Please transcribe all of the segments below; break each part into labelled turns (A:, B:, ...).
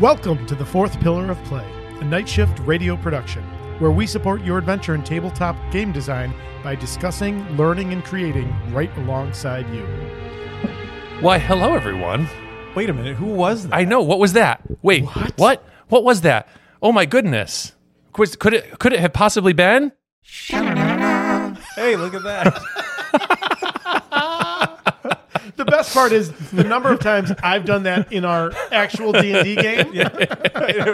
A: Welcome to the fourth pillar of play, a night shift radio production, where we support your adventure in tabletop game design by discussing, learning, and creating right alongside you.
B: Why, hello, everyone.
C: Wait a minute, who was that?
B: I know. What was that? Wait, what? What, was that? Oh my goodness. Could, could it could it have possibly been?
C: Hey, look at that.
A: The best part is the number of times I've done that in our actual D and D game.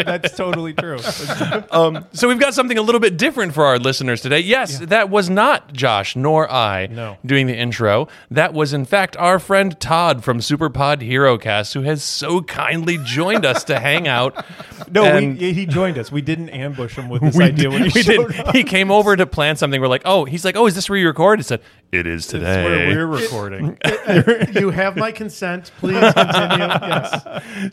C: That's totally true.
B: So we've got something a little bit different for our listeners today. Yes, that was not Josh nor I
A: No.
B: doing the intro. That was in fact our friend Todd from Superpod HeroCast who has so kindly joined us to hang out.
C: No,
B: And-
C: we, he joined us. We didn't ambush him with this idea when he
B: we
C: showed
B: did.
C: up.
B: He came over to plan something. We're like, oh, he's like, oh, is this where you record? It said, it is today.
C: That's where we're recording.
A: Uh, You have my consent. Please continue. Yes.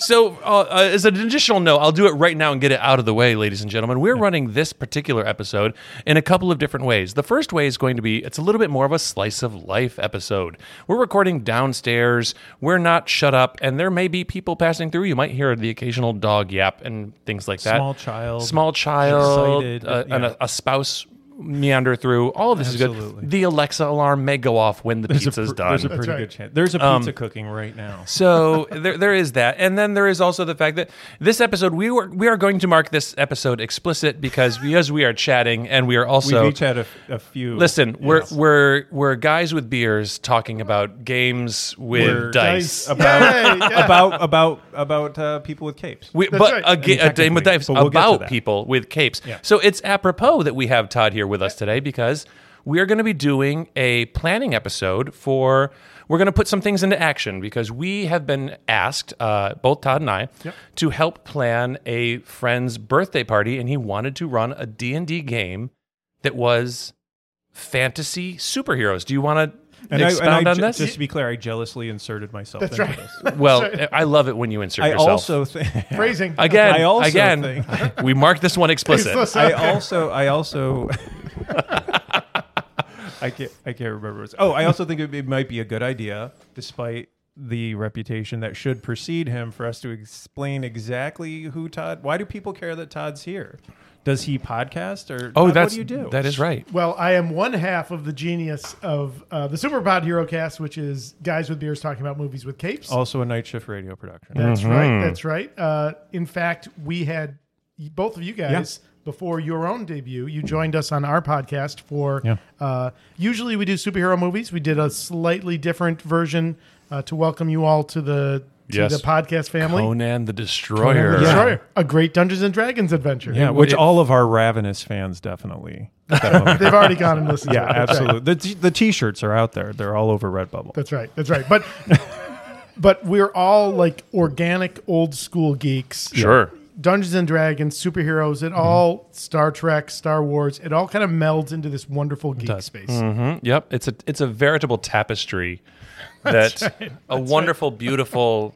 B: So, uh, uh, as an additional note, I'll do it right now and get it out of the way, ladies and gentlemen. We're running this particular episode in a couple of different ways. The first way is going to be it's a little bit more of a slice of life episode. We're recording downstairs, we're not shut up, and there may be people passing through. You might hear the occasional dog yap and things like that.
C: Small child,
B: Small child,
C: excited,
B: uh, and
C: yeah.
B: a, a spouse. Meander through. All of this is
C: Absolutely.
B: good. The Alexa alarm may go off when the pizza's
C: Pr-
B: done. Um,
C: There's a pretty
A: right.
C: good chance. There's a pizza cooking right now.
B: So there, there is that, and then there is also the fact that this episode we were we are going to mark this episode explicit because because we are chatting and we are
C: We've
B: also
C: each had a, a few.
B: listen
C: Yes.
B: we're we're we're guys with beers talking about games with
C: We're
B: dice.
A: Yay,
C: about
A: yeah.
C: about about about uh, people with capes.
B: We,
A: That's
B: but
A: right.
B: a, ga-
C: I mean,
B: a game with
C: technically,
B: dice
C: but we'll get to
B: about
C: that.
B: people with capes.
C: Yeah.
B: So it's apropos that we have Todd here with us today because we are going to be doing a planning episode for. We're going to put some things into action because we have been asked, uh, both Todd and I, to help plan a friend's birthday party, and he wanted to run a D and D game that was fantasy superheroes. Do you want to
C: and I, and
B: expound
C: I
B: on
C: ju-
B: this?
C: just to be clear, I jealously inserted myself.
A: That's
C: into
A: right.
C: This.
B: well, I love it when you insert
C: I
B: yourself.
C: also think
A: Phrasing
B: again,
C: I also
B: again,
C: think-
B: we marked this one explicit.
C: I also, I also, I can't, I can't remember. What's, oh, I also think it, it might be a good idea, despite the reputation that should precede him, for us to explain exactly who Todd. Why do people care that Todd's here? Does he podcast or
B: Oh,
C: Todd,
B: that's
C: what do you do?
B: That is right.
A: Well, I am one half of the genius of uh, the Superpod Hero Cast, which is guys with beers talking about movies with capes.
C: also a night shift radio production.
A: That's
C: mm-hmm.
A: right. That's right. Uh, in fact, we had both of you guys before your own debut. You joined us on our podcast for.
C: Yeah.
A: Uh, usually we do superhero movies. We did a slightly different version uh, to welcome you all to the to
B: Yes.
A: the podcast family.
B: Conan the Destroyer.
C: Yeah.
A: Sorry, a great Dungeons and Dragons adventure.
C: yeah, which
B: it-
C: all of our ravenous fans definitely.
A: They've already gone and listened. to
C: yeah,
A: it. That's right.
C: absolutely. The t- the t-shirts are out there. They're all over Redbubble.
A: That's right. That's right. But but we're all like organic old school geeks.
B: Sure.
A: Dungeons and Dragons, superheroes, it all Star Trek, Star Wars, it all kind of melds into this wonderful geek space.
B: Mhm. Yep. It's a it's a veritable tapestry that a wonderful, beautiful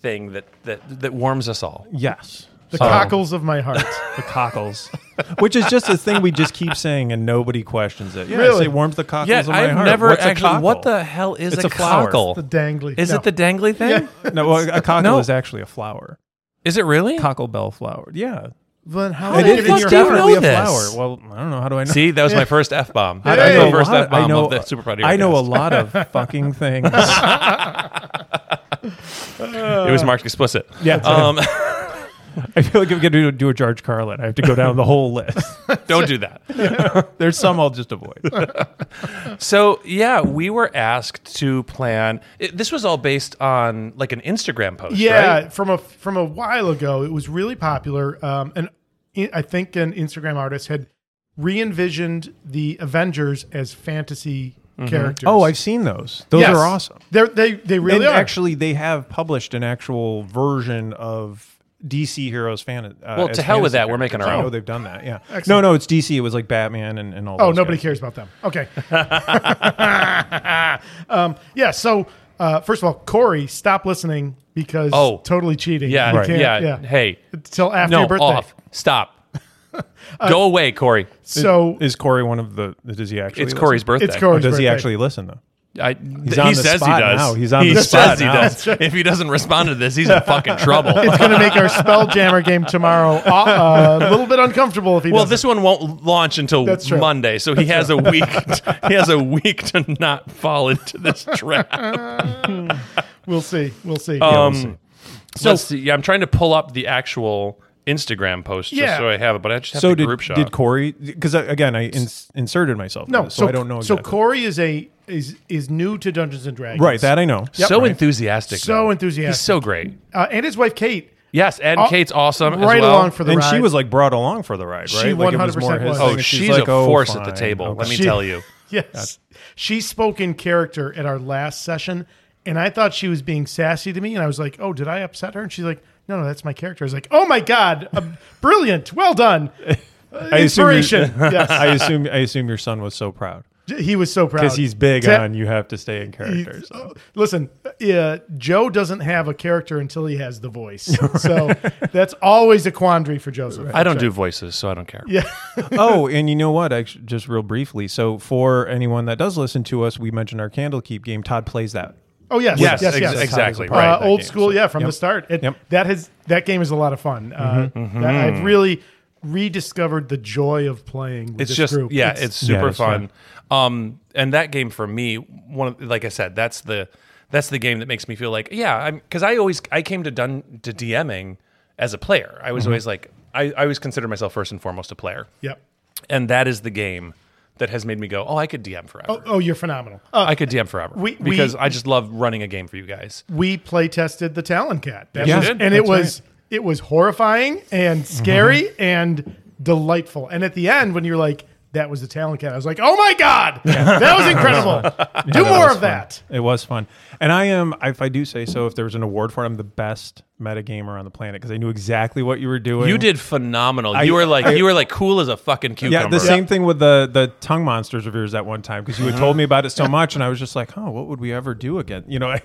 B: thing that, that that warms us all.
C: Yes.
A: The cockles of my heart.
C: the cockles, which is just a thing we just keep saying and nobody questions it. Yes,
A: Really?
C: it warms the cockles
B: Yeah,
C: of my
B: I've
C: heart.
B: never
C: What's a
B: actually. What
C: cockle?
B: the hell is
C: It's
B: a,
C: a flower.
B: cockle?
A: the dangly.
B: Is
A: no.
B: it the dangly thing?
C: No, well, a cockle
B: No.
C: is actually a flower.
B: Is it really?
C: Cockle bell flower. Yeah,
A: Then how
B: It
A: did
B: is
A: it in your
B: Do you
A: heart?
B: know
C: definitely a
B: this?
C: flower. Well, I don't know. How do I know?
B: See, that was my first f bomb.
C: I,
B: That was
C: I
A: Hey!
B: the
C: know, a
B: first
C: lot-
B: f bomb
C: I know,
B: of the Super Party.
C: I know a lot of fucking things.
B: It was marked explicit.
C: Yeah,
B: Um,
C: I feel like I'm going to do a George Carlin. I have to go down the whole list.
B: don't do that.
C: There's some I'll just avoid.
B: So yeah, we were asked to plan. It, this was all based on like an Instagram post.
A: Yeah,
B: right?
A: from a from a while ago, it was really popular. Um, and I- I think an Instagram artist had re-envisioned the Avengers as fantasy characters.
C: Oh, I've seen those. Those
A: Yes.
C: are awesome.
A: They're, they they really
C: and
A: are.
C: actually, they have published an actual version of DC heroes fan. Uh,
B: Well,
C: as
B: to hell with
C: fantasy
B: that, we're making our
C: characters. I
B: own.
C: know they've done that. Yeah.
A: Excellent.
C: No, no, it's DC. It was like Batman and, and all.
A: Oh,
C: those
A: nobody
C: guys.
A: cares about them. Okay. um, yeah. So, uh, first of all, Corey, stop listening because
B: Oh.
A: totally cheating.
B: Yeah,
A: You
B: right.
A: can't-
B: yeah, Hey,
A: Till after
B: no,
A: your birthday. Uh,
B: off. Stop. Go away, Corey.
A: So
C: Is Corey one of the? Does he actually?
B: It's Corey's
C: listen?
B: birthday.
A: it's Corey's
C: Oh, Does he
A: birthday.
C: actually listen though?
B: I,
C: He's
B: he
C: on the
B: says he
C: spot
B: does.
C: now. He's on
B: he
C: the
B: says
C: spot
B: he
C: now.
B: does. If he doesn't respond to this, he's in fucking trouble.
A: It's going to make our Spelljammer game tomorrow uh, a little bit uncomfortable if he
B: Well,
A: doesn't.
B: this one won't launch until
A: That's true.
B: Monday, so he has a week. he has a week to not fall into this trap.
A: We'll see. We'll see.
B: Um, so see. yeah, I'm trying to pull up the actual Instagram post just
A: Yeah.
B: so I have it, but I just have
C: So
B: to
C: did,
B: group shot.
C: did Corey? Because again, I ins- inserted myself. in
A: no,
C: this,
A: so,
C: so, I don't know.
A: So
C: Exactly.
A: Corey is a is is new to Dungeons and Dragons.
C: right, that I know.
B: so enthusiastic,
A: So
B: though.
A: enthusiastic.
B: He's so great.
A: Uh, and his wife Kate,
B: Yes, and
A: Oh,
B: Kate's awesome. as
A: right
B: well.
A: along for the
C: and
A: ride.
C: she was like brought along for the ride, right?
A: She
C: like, it was
A: 100%
C: more his
A: was.
C: thing,
B: Oh,
C: and
B: she's,
C: like,
B: a
C: "Oh,
B: force at
C: fine,
B: the table. Let
C: okay."
B: me
A: She-
B: tell you.
A: Yes. She spoke in character at our last session, and I thought she was being sassy to me, and I was like, oh, did I upset her? And she's like, no, no, that's my character. I was like, oh my God, uh, brilliant, well done. Uh,
C: I assume you're-
A: inspiration. yes.
C: I assume. I assume your son was so proud
A: He was so proud.
C: because he's big
A: Ta-
C: on you have to stay in
A: he-
C: character. so.
A: uh, Listen, uh, Joe doesn't have a character until he has the voice. So that's always a quandary for Joseph.
B: I don't do voices, so I don't care.
A: Yeah.
C: oh, and you know what? Actually, just real briefly. So for anyone that does listen to us, we mentioned our Candlekeep game. Todd plays that.
A: Oh, yes.
B: Yes,
A: Yes, yes.
B: ex- exactly.
A: Uh,
B: Right.
C: that
A: old
C: game,
A: school,
C: so-
A: yeah, from
C: Yep.
A: the start. It,
C: Yep.
A: That has that game is a lot of fun. Uh, that- I've really rediscovered the joy of playing. With
B: it's
A: this
B: just
A: group.
B: yeah, it's, super
C: Yeah, it's
B: fun. Um, and that game for me, one of, like I said, that's the that's the game that makes me feel like yeah, I'm because I always I came to done to DMing as a player. I was always like I, I always consider myself first and foremost a player,
A: yep.
B: and that is the game that has made me go oh I could DM forever.
A: Oh, you're phenomenal. Uh,
B: I could DM forever
A: we- we-
B: because I just love running a game for you guys.
A: we play tested the Talon Cat, That
B: Yeah.
A: was-
B: You
A: and
B: did.
A: it
C: That's
A: was it was horrifying and scary and delightful. And at the end, when you're like, "That was the Talon Cat," I was like, "Oh my god, that was incredible! Do more of that."
C: It was fun, and I am. If I do say so, if there was an award for it, I'm the best metagamer on the planet because I knew exactly what you were doing.
B: You did phenomenal. you were like you were like cool as a fucking cucumber.
C: Yeah, the same thing with the the tongue monsters of yours that one time because you had told me about it so much, and I was just like, "Oh, what would we ever do again?" You know, I'm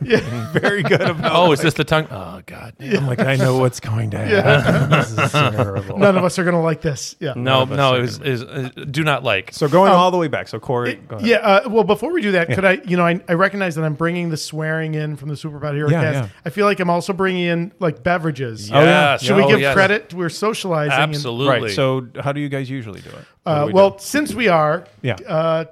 C: very good about.
B: Oh, is this the tongue? Oh god.
C: I'm like, I know what's going to happen. This is terrible.
A: None of us are gonna like this. Yeah.
B: No, no, it was, is uh, do not like.
C: So going all the way back. So Corey, go ahead.
A: Um, Yeah. Uh, well, before we do that, could I, you know, I, I recognize that I'm bringing the swearing in from the Superpower Hero
C: Yeah,
A: cast.
C: yeah.
A: I feel like I'm also bringing in like beverages.
C: Oh, yeah.
B: Yes.
A: Should we
B: Oh,
A: give
B: yes.
A: credit? We're socializing. and-
B: Absolutely.
C: Right. So how do you guys usually do it? What do
A: uh,
C: we do?
A: well, since we are,
C: Yeah.
A: Uh,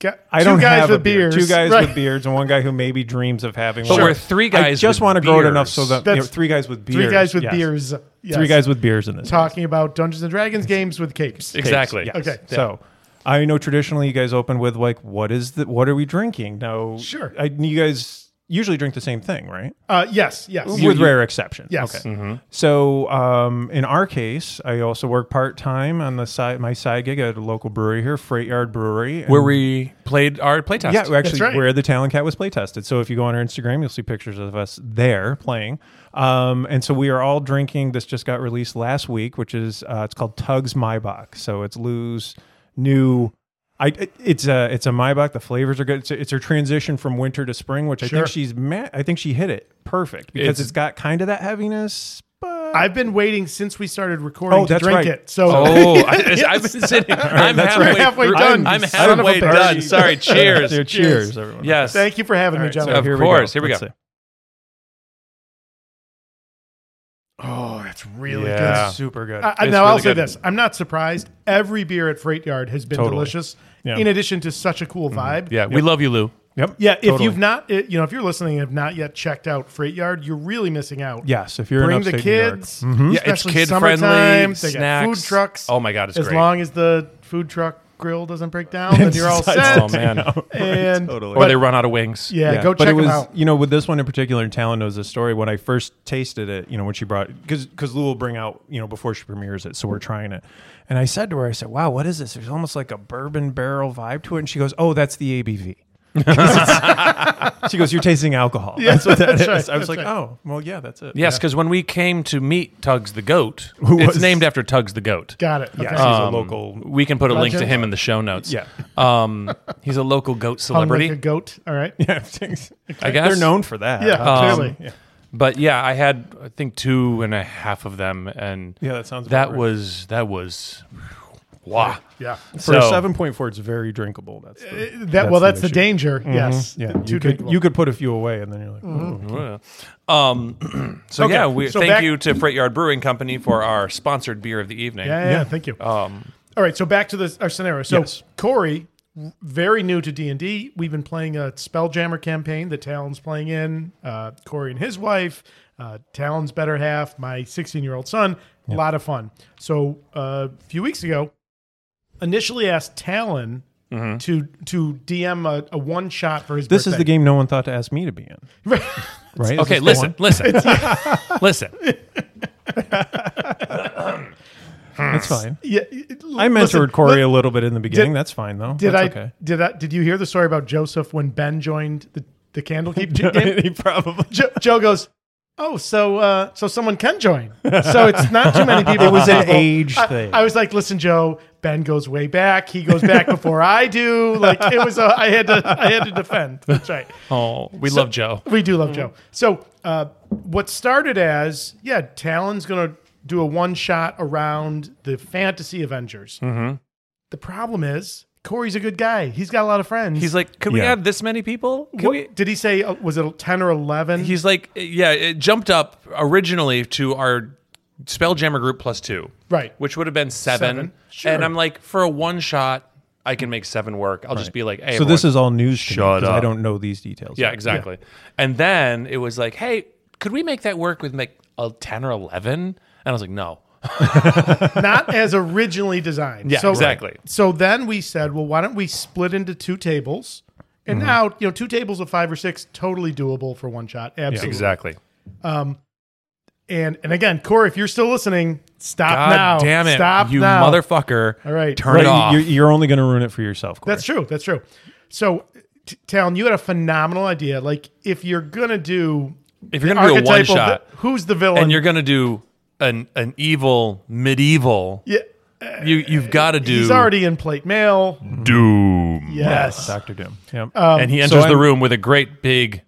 A: ga-
C: I
A: two
C: don't
A: guys
C: have
A: with
C: a beer.
A: beers.
C: Two guys
A: right.
C: with beards and one guy who maybe dreams of having.
B: But
C: one.
B: we're three guys
C: I just
B: with
C: want to grow it enough
B: beards.
C: so that you
A: That's-
C: know, three guys with beards.
A: Three guys with
C: yes.
A: beers. Yes.
C: Three guys with beers in this.
A: talking about Dungeons and Dragons games with capes.
B: Exactly.
C: Yes.
A: Okay.
C: So I know traditionally you guys open with like, what is the what are we drinking? Now
A: Sure.
C: I, you guys usually drink the same thing, right?
A: Uh, yes. Yes.
C: with rare exception.
A: Yes.
C: Okay. So um, in our case, I also work part time on the side my side gig at a local brewery here, Freight Yard Brewery. and-
B: where we played our playtest.
C: yeah, actually,
A: right.
C: where the Talon Cat was play tested. So if you go on our Instagram, you'll see pictures of us there playing. Um, and so we are all drinking. This just got released last week, which is uh, it's called Tugs Maybach. So it's Lou's new. I it- it's a it's a Maybach. The flavors are good. It's, it's her transition from winter to spring, which I
A: Sure.
C: think she's ma- I think she hit it perfect because
B: It's-
C: it's got kind of that heaviness. But
A: I've been waiting since we started recording
C: Oh,
A: to
C: that's
A: drink
C: right.
A: it. So
B: Oh, I, have been sitting. I'm halfway,
A: right. Halfway
B: through-
A: done,
B: I'm
A: you son of a
B: halfway
A: bitch.
B: done. Sorry. Cheers.
C: Cheers,
A: Cheers.
C: everyone.
B: Yes.
A: thank you for having
C: All
A: me,
C: right, so
A: gentlemen.
B: Of
C: here
B: course, here we
C: Let's
B: go.
C: see.
A: oh, that's really good.
B: Yeah.
C: super good.
A: I, I-
B: It's
A: now I'll
B: really
A: say
B: good.
A: this: I'm not surprised. Every beer at Freight Yard has been
C: Totally.
A: delicious.
C: Yeah.
A: In addition to such a cool vibe.
B: Yeah, we love you, Lou.
C: yep.
A: Yeah, if
C: Totally.
A: you've not, it- you know, if you're listening and have not yet checked out Freight Yard, you're really missing out.
C: Yes, if you're in
A: bring the
C: upstate New York. Mm-hmm.
A: kids.
B: Yeah, it's
A: especially
B: kid
A: summertime,
B: friendly.
A: they got
B: Snacks.
A: food trucks.
B: Oh my god, it's
A: as
B: great.
A: long as the food truck grill doesn't break down, then you're all
C: It's-
A: set.
B: oh man.
A: And
C: Totally.
A: but-
B: Or they run out of wings.
A: yeah, go
C: but
A: check
C: it was,
A: them out.
C: You know, with this one in particular, and Talon knows this story. When I first tasted it, you know, when she brought because because Lou will bring out you know before she premieres it, so we're trying it. And I said to her, I said, "Wow, what is this? There's almost like a bourbon barrel vibe to it." And she goes, "Oh, that's the ABV." she goes, "You're tasting alcohol." that's what that's
A: right,
C: I was
A: that's
C: like,
A: right.
C: "Oh, well, yeah, that's it."
B: Yes, because when we came to meet Tugs the goat, it's
C: was-
B: named after Tugs the goat.
A: Got it.
C: yeah,
A: Okay.
C: she's
B: Um,
C: a local.
B: We can put a link to
A: Legend.
B: him in the show notes.
C: Yeah,
B: Um, he's a local goat
A: Hung like
B: celebrity,
A: a goat. All right.
C: yeah, things-
B: I guess.
C: they're known for that.
A: Yeah,
C: Uh,
A: clearly.
C: yeah.
B: But yeah, I had I think two and a half of them, and
C: Yeah, that sounds. about
B: that
C: right.
B: was that was Wah.
A: Yeah.
C: For
B: So-
C: a seven point four, it's very drinkable. That's the,
A: That, well, that's the,
C: issue. Mm-hmm.
A: danger. Yes.
C: Yeah,
A: Too
C: you could,
A: drinkable.
C: you could put a few away, and then you're like, "Ooh."
A: Mm-hmm.
B: Um, so
A: Okay,
B: yeah, we
A: so
B: thank
A: back-
B: you to Freight Yard Brewing Company for our sponsored beer of the evening. Um,
A: Yeah, yeah, yeah, Thank you. All right. So back to the, our scenario. So
C: Yes.
A: Corey, very new to D and D. We've been playing a Spelljammer campaign that Talon's playing in. Uh, Corey and his wife, uh, Talon's better half, my 16 year old son. A lot of fun. So uh, a few weeks ago, initially asked Talon. To to DM a, a one shot for his
C: Mm-hmm. this is
A: birthday.
C: the game no one thought to ask me to be in." Right? Is
B: Okay,
C: this the
B: listen, listen, listen.
C: one? that's fine.
A: Yeah,
C: I mentored Corey a little bit in the beginning. that's fine though.
A: Did I
C: that's okay.
A: did I did you hear the story about Joseph when Ben joined the the Candlekeep game?
C: he probably
A: Jo- Joe goes, "Oh, so uh, so someone can join. So it's not too many people."
C: It was an
A: People-
C: age
A: I,
C: thing.
A: I was like, "Listen, Joe. Ben goes way back. He goes back before I do. Like it was. A, I had to. I had to defend. That's right.
B: Oh, we love Joe.
A: We do love Joe. So uh, what started as yeah, Talon's gonna do a one shot around the Fantasy Avengers.
C: Mm-hmm.
A: The problem is Corey's a good guy. He's got a lot of friends.
B: He's like, could we
C: Yeah.
B: add this many people? Can
A: What-
B: we?
A: did he say uh, was it ten or eleven?
B: He's like, yeah, it jumped up originally to our Spelljammer group plus two,
A: Right.
B: Which would have been seven.
A: Seven, sure.
B: And I'm like, for a one shot, I can make seven work. I'll just be like, hey,
C: So this
B: everyone-
C: is all news to me,
B: Shut
C: 'cause I
B: up.
C: don't know these details.
B: yeah, exactly. And then it was like, hey, could we make that work with like a ten or eleven? And I was like, no.
A: not as originally designed.
B: Yeah, exactly.
A: So then we said, well, why don't we split into two tables? And
B: Mm-hmm.
A: now, you know, two tables of five or six, totally doable for one shot. Absolutely.
B: Exactly.
A: And and again, Corey, if you're still listening, stop
B: God
A: now.
B: damn it,
A: Stop
B: you
A: now.
B: motherfucker!
A: All right.
B: turn
C: Right,
B: it off.
C: You're, you're only going to ruin it for yourself. Corey.
A: That's true. That's true. So, t- Talon, you had a phenomenal idea. Like, if you're gonna do,
B: if you're gonna do a one
A: archetypal
B: shot,
A: vi- who's the villain?
B: and you're gonna do an an evil medieval,
A: yeah,
B: you you've got to do
A: he's already in plate mail.
B: doom.
A: Yes.
C: Doctor Doom. Yeah.
A: Uh, Um,
B: and he enters the
C: I'm-
B: room with a great big.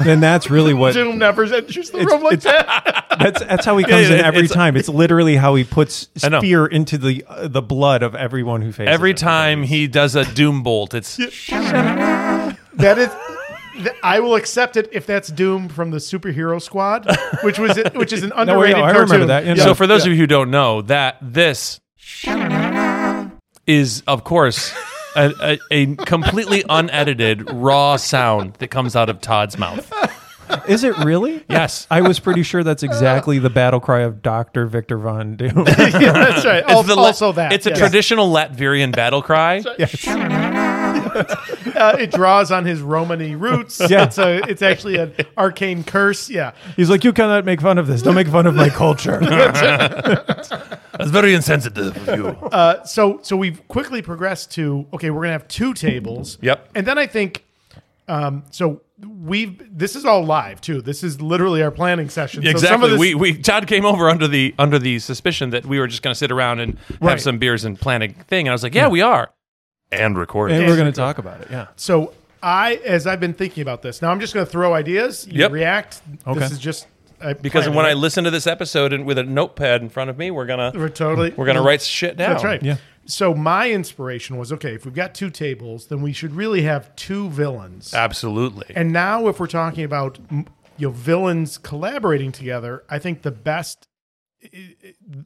C: and that's really what
A: Doom never enters the
C: It's-
A: room like
C: it's-
A: that.
C: that's that's how he comes
B: yeah,
C: in every
B: it's-
C: time. It's literally how he puts
B: know.
C: spear into the uh, the blood of everyone who faces
B: Every
C: him.
B: time he does a doom bolt, it's
A: That is, th- I will accept it if that's Doom from the Superhero Squad, which was which is an underrated
C: I
A: cartoon.
C: remember that, yeah.
A: Yeah.
B: so. For those of you who don't know, that this is of course a, a, a completely unedited raw sound that comes out of Todd's mouth.
C: Is it really?
B: Yes.
C: I was pretty sure that's exactly the battle cry of Doctor Victor Von Doom.
A: Yeah, that's right. Al-
B: It's the
A: Also,
B: La-
A: that
B: It's a
A: yes.
B: traditional Latvian battle cry.
A: Uh, it draws on his Romany roots.
C: Yeah.
A: It's a, it's actually an arcane curse. Yeah,
C: He's like, you cannot make fun of this. Don't make fun of my culture.
B: That's very insensitive of you.
A: so so we've quickly progressed to okay we're gonna have two tables
B: Yep.
A: and then i think um so we've this is all live too this is literally our planning session So some of
B: Exactly.
A: this-
B: we, we Todd came over under the under the suspicion that we were just going to sit around and
A: Right.
B: have some beers and plan a thing, and I was like, "Yeah, we are." And record.
C: and we're going to talk about it. Yeah.
A: so i as i've been thinking about this now i'm just gonna throw ideas you
B: Yep.
A: react
C: Okay.
A: this is just I
B: because
A: planned
B: when
A: it.
B: I listen to this episode and with a notepad in front of me, we're gonna
A: we're totally
B: we're gonna write shit down.
A: That's right.
C: Yeah.
A: So my inspiration was okay. If we've got two tables, then we should really have two villains.
B: Ah. Absolutely.
A: And now, if we're talking about m- you know villains collaborating together, I think the best,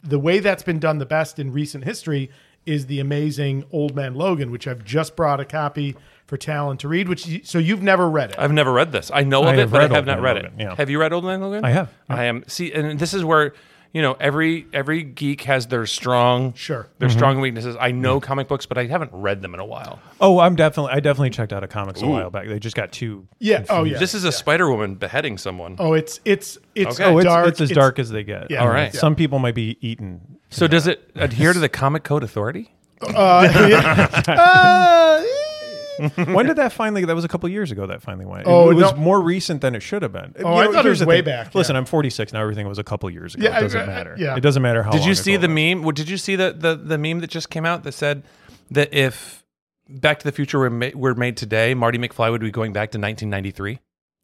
A: the way that's been done the best in recent history is the amazing Old Man Logan, which I've just brought a copy for Talon to read. Which you, so you've never read it.
B: I've never read this. I know
C: I
B: of it,
C: have
B: but I
C: read
B: have
C: Old
B: not
C: Man
B: read
C: Logan,
B: it.
C: yeah.
B: Have you read Old Man Logan?
C: I have,
B: I am. See, and this is where you know every every geek has their strong
A: Sure.
C: Mm-hmm.
B: their strong weaknesses. I know comic books, but I haven't read them in a while.
C: Oh, I'm definitely. I definitely checked out a comics a while back. They just got two.
A: yeah. Oh yeah.
B: This is a Spider Woman beheading someone.
A: oh, it's it's it's
B: Okay. Oh,
C: It's,
A: dark.
C: it's as dark as they get.
A: Yeah.
B: All right.
C: Some people might be eaten.
B: so does it adhere to the comic code authority?
A: uh,
C: when did that finally? That was a couple years ago. That finally went.
A: Oh,
C: it was
A: no. Oh,
C: more recent than it should have been.
A: I thought it
C: here's
A: was
C: the
A: way
C: thing.
A: back,
C: Listen,
A: yeah.
C: I'm 46 now. Everything was a couple years ago.
A: Yeah, I-
C: it doesn't
A: I-
C: matter.
A: yeah.
C: It doesn't matter how.
B: Did
C: long
B: you see
C: ago
B: the
C: it was.
B: meme? Well, Did you see the, the the meme that just came out that said that if Back to the Future were, ma- were made today, Marty McFly would be going back to 1993?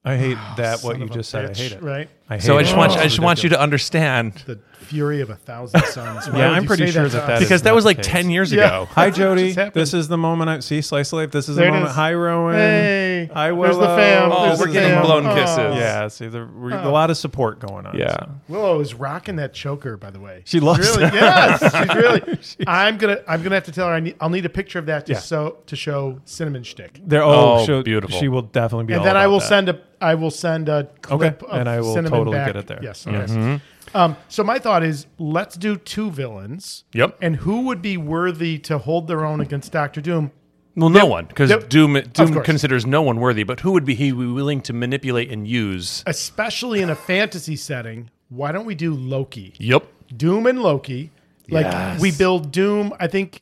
C: I hate that.
A: Oh, Son
C: What you
A: of a
C: just said. I
A: bitch,
C: hate it.
A: Right.
C: I hate
B: So I
C: it.
B: just want I just want you to understand
A: The fury of a thousand suns. Why
C: Yeah,
A: would
C: I'm
A: you
C: pretty
A: say
C: sure that
A: to
C: that
A: us?
C: is-
B: because that
C: not
B: was
C: the
B: like
C: case.
B: ten years
A: Yeah.
B: ago.
C: Hi
A: What
C: Jody,
A: just happened?
C: this is the moment I see slice of life. This is
A: There it
C: the moment.
A: is.
C: Hi Rowan.
A: Hey,
C: Hi
A: there's
C: Willow.
A: the fam.
B: Oh,
A: there's
B: we're
A: the
B: getting
A: fam.
B: blown
A: Oh.
B: kisses.
C: Yeah, see, there, we a lot of support going on.
B: Yeah.
C: so.
A: Willow is rocking that choker, by the way.
C: She loves
A: really, yes, she's really. I'm gonna, I'm gonna have to tell her. I need, I'll need a picture of that to
C: Yeah.
A: so to show cinnamon stick,
C: There, oh,
B: Oh,
C: she'll-
B: beautiful.
C: She will definitely be.
A: and
C: all
A: then I
C: about
A: will
C: that.
A: send a, I will send a clip,
C: Okay,
A: of
C: and I will
A: cinnamon
C: totally
A: back.
C: get it there. Mm-hmm.
A: Yes, yes. Um, so my thought is, let's do two villains.
B: Yep.
A: And who would be worthy to hold their own against Doctor Doom?
B: Well, no one, because
A: Yep.
B: Doom Doom
A: course.
B: considers no one worthy. But who would be he be willing to manipulate and use?
A: especially in a fantasy setting, why don't we do Loki?
B: Yep.
A: Doom and Loki. Like
B: Yes.
A: we build Doom, I think,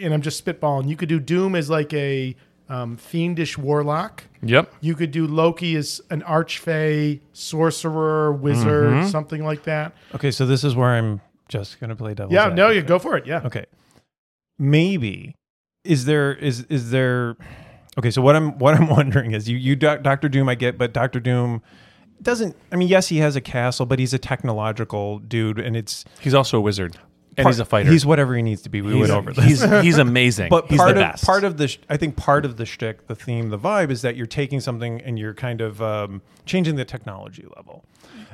A: and I'm just spitballing. You could do Doom as like a um, fiendish warlock.
B: Yep.
A: You could do Loki as an archfey, sorcerer, wizard,
C: Mm-hmm.
A: something like that.
C: Okay, so this is where I'm just gonna play devil's.
A: yeah, no,
C: advocate.
A: you go for it. Yeah.
C: Okay, maybe is there is is there? Okay, so what I'm what I'm wondering is you you Doctor Doom I get, but Doctor Doom doesn't. I mean, yes, he has a castle, but he's a technological dude, and it's
B: He's also a wizard, and he's a fighter.
C: He's whatever he needs to be. We
B: he's,
C: went over this.
B: he's, he's amazing.
C: But
B: he's
C: part
B: the
C: of
B: best.
C: part of the sh- I think part of the shtick, the theme, the vibe is that you're taking something and you're kind of um, changing the technology level.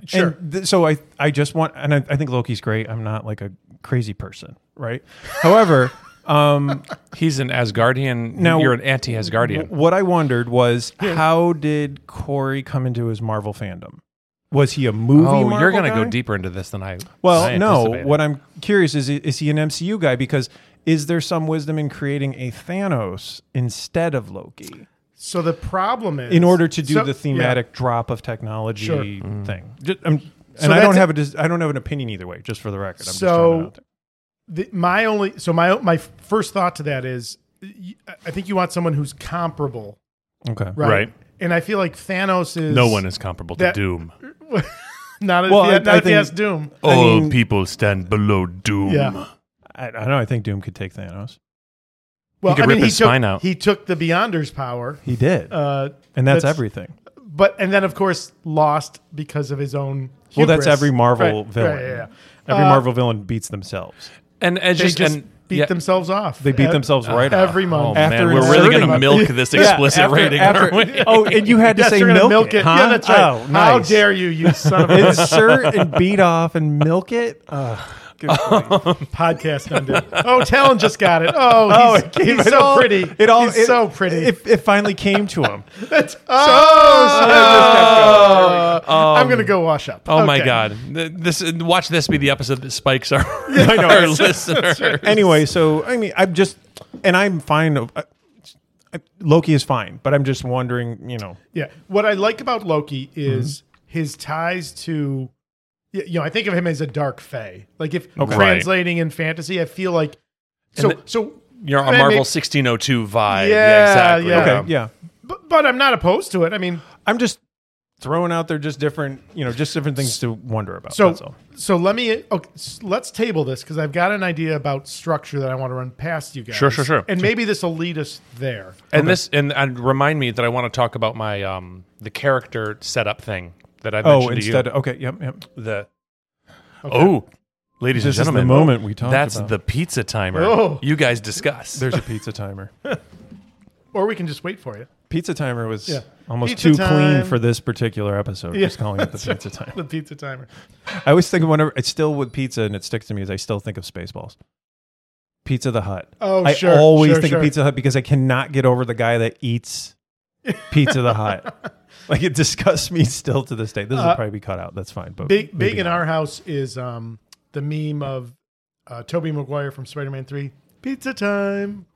A: Sure.
C: And th- so I I just want and I, I think Loki's great. I'm not like a crazy person, right? However, um,
B: he's an Asgardian.
C: Now-
B: you're an anti-Asgardian.
C: what I wondered was how did Corey come into his Marvel fandom? Was he a movie?
B: oh,
C: Marvel
B: you're gonna
C: guy?
B: go deeper into this than I. than I
C: Well, no.
B: anticipated.
C: What I'm curious is is he an MCU guy? Because is there some wisdom in creating a Thanos instead of Loki
A: So the problem is
C: in order to do
A: So-
C: the thematic drop of technology
A: Sure.
C: thing? Ju- I'm-
A: So
C: and I don't
A: that's-
C: have a dis- I don't have an opinion either way. Just for the record, I'm just
A: So-
C: throwing it out there.
A: the, my only so my my first thought to that is y- I think you want someone who's comparable,
C: okay.
A: right?
B: Right.
A: And I feel like Thanos is
B: no one is comparable
A: that-
B: to Doom.
A: Not if,
C: Well,
A: he,
C: I-
A: not
C: I
A: if he
C: think-
A: has Doom.
C: I mean-
B: people stand below Doom.
A: Yeah.
C: I, I don't know. I think Doom could take Thanos.
A: Well,
B: could
A: I mean,
B: rip
A: he
B: his
A: took,
B: spine out.
A: He took the Beyonder's power,
C: He did,
A: uh,
C: and that's,
A: that's-
C: everything.
A: but and then of course lost because of his own.
C: Well,
A: hubris.
C: that's every Marvel
A: Right,
C: villain.
A: right, yeah, yeah.
C: Every
A: Uh,
C: Marvel villain beats themselves.
B: And as
A: They just,
B: and,
A: beat
B: yeah.
A: themselves off. Uh,
C: They beat
A: Ev-
C: themselves right off.
A: every
B: Oh
A: month.
C: After
B: man, we're really
C: inserting
B: gonna
C: them-
B: milk this
C: uh, Yeah,
B: explicit
C: after-
B: rating,
C: after-
B: aren't we?
C: Oh, and you had to
A: Yes,
C: say
A: you're gonna
C: milk,
A: milk it.
C: huh?
A: Yeah, that's right.
C: Oh, nice.
A: How dare you, you son of a
C: insert and beat off and milk it. Ugh, good grief.
A: podcast undid? Oh, Talon just got it. Oh, he's,
C: came-
A: he's
C: it
A: so
C: all-
A: pretty.
C: It all
A: he's
C: it-
A: so pretty.
C: It, it finally came to him.
A: That's-
C: so
A: oh,
C: I
A: so- I'm gonna go wash up.
B: Oh my
A: Okay.
B: God! Th- This watch this be the episode that spikes our,
C: know.
B: our listeners.
C: anyway, so I mean, I'm just, and I'm fine. uh, I- Loki is fine, but I'm just wondering, you know,
A: Yeah. What I like about Loki is
C: Mm-hmm.
A: his ties to, y- you know, I think of him as a dark fae. Like if
B: Right.
A: translating in fantasy, I feel like so
B: the-
A: so.
B: You're on
A: I
B: Marvel
A: mean-
B: 1602 vibe.
A: Yeah,
B: exactly.
A: yeah.
C: okay, yeah.
A: But, but I'm not opposed to it. I mean,
C: I'm just throwing out there just different, you know, just different things to wonder about.
A: so
C: that's all.
A: so let me okay, s- let's table this because I've got an idea about structure that I want to run past you guys.
B: Sure, sure, sure.
A: And maybe this will lead us there.
B: And this and, and remind me that I want to talk about my um the character setup thing that I mentioned
C: Oh,
B: to you.
C: instead, of, okay, yep, yep.
B: the oh, ladies
C: This
B: and
C: is the
B: gentlemen,
C: moment we talked
B: That's
C: about.
B: the pizza timer.
A: Oh.
B: You guys discuss.
C: There's a pizza timer.
A: Or we can just wait for you.
C: Pizza timer was
A: Yeah.
C: almost
A: Pizza
C: too
A: time.
C: clean for this particular episode. Just calling it the pizza timer.
A: The pizza timer.
C: I always think of whenever it's still with pizza and it sticks to me is I still think of Spaceballs. Pizza the Hut.
A: Oh,
C: I
A: sure,
C: always
A: sure,
C: think
A: sure.
C: of Pizza Hut because I cannot get over the guy that eats Pizza the Hut. Like it disgusts me still to this day. This will
A: Uh,
C: probably be cut out. That's fine. But
A: Big
C: maybe
A: big in
C: not.
A: our house is um the meme of uh, Toby Maguire from Spider-Man 3. Pizza time.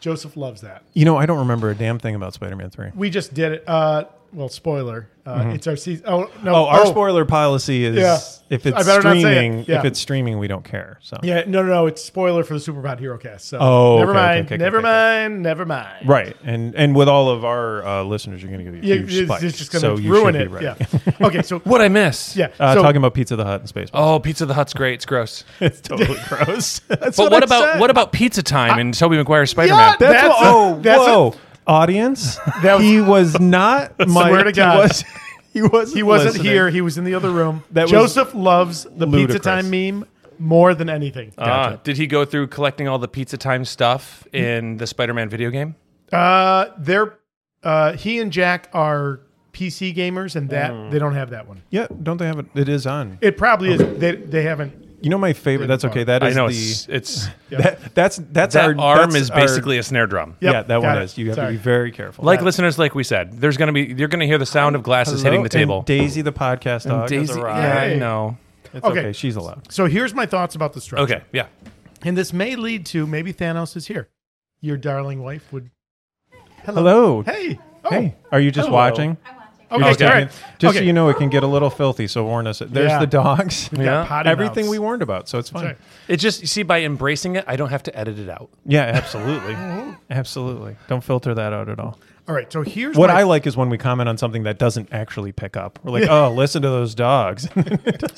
A: Joseph loves that.
C: You know, I don't remember a damn thing about Spider Man Three.
A: We just did it. Uh, well, spoiler. Uh, It's our season. Oh no.
C: Mm-hmm. Oh, our spoiler policy is
A: Yeah.
C: if
A: I better not
C: it's
A: say it.
C: streaming,
A: Yeah.
C: if it's streaming, we don't care. So
A: Yeah, no, no, no. It's spoiler for the Superbot Hero Cast. So
C: Oh,
A: never
C: okay, okay,
A: mind.
C: okay, okay,
A: never
C: okay.
A: mind. Never mind.
C: right, and and with all of our uh, listeners, you're going to get a
A: Yeah,
C: huge
A: it's,
C: spike.
A: it's just
C: so
A: gonna
C: you
A: ruin
C: should
A: it.
C: Be ready.
A: Yeah. okay. So
B: what I miss?
A: yeah.
C: Uh,
A: so
C: talking about Pizza the Hut and Spaceballs.
B: Oh, Pizza the Hut's great. It's gross.
C: It's totally gross. That's
B: But what,
C: I
B: about
C: said.
B: what about Pizza Time and Toby McGuire's Spider Man?
A: that-
C: That's,
A: That's
C: what,
A: a-
C: oh
A: that's a-
C: whoa, audience. he was not my.
A: Swear to God.
C: He was, He wasn't.
A: He wasn't
C: listening.
A: here. He was in the other room.
C: That was
A: Joseph loves the
C: ludicrous.
A: pizza
C: Uh.
A: time meme more than anything.
B: Ah, did he go through collecting all the Pizza Time stuff in the Spider-Man video game?
A: Uh, they're uh, he and Jack are PC gamers, and that
C: Mm.
A: they don't have that one.
C: Yeah, don't they have it? It is on.
A: It probably is. They they haven't.
C: You know my favorite. That's okay. That
B: I
C: is
B: know
C: the.
B: it's, it's
C: That, that's that's
B: that
C: our
B: arm
C: that's
B: is
C: our-
B: basically a snare drum.
A: Yep,
C: yeah, that
A: got
C: one
A: it.
C: is. You have
A: Sorry.
C: to be very careful.
B: Like
C: That-
B: listeners, like we said, there's gonna be you're gonna hear the sound of glasses hitting
C: Hello?
B: the table.
C: And Daisy, the podcast dog, has arrived.
B: yeah, I
A: Hey.
B: know.
C: It's
A: Okay.
C: okay. She's allowed.
A: So here's my thoughts about the structure.
B: Okay, yeah.
A: and this may lead to maybe Thanos is here. Your darling wife would.
C: Hello.
A: Hey. Oh.
C: Hey, are you just
A: Hello.
C: watching?
A: Okay.
B: Okay.
A: All right.
C: Just
A: okay.
C: so you know, it can get a little filthy, so warn us. There's
A: Yeah.
C: the dogs.
A: We've got
B: Yeah.
A: potty
C: Everything
A: mouths.
C: we warned about, so it's fine.
A: right.
B: It just you see by embracing it, I don't have to edit it out.
C: Yeah, absolutely. absolutely. Don't filter that out at all.
A: All right. So here's
C: What
A: my-
C: I like is when we comment on something that doesn't actually pick up. We're like, oh, listen to those dogs.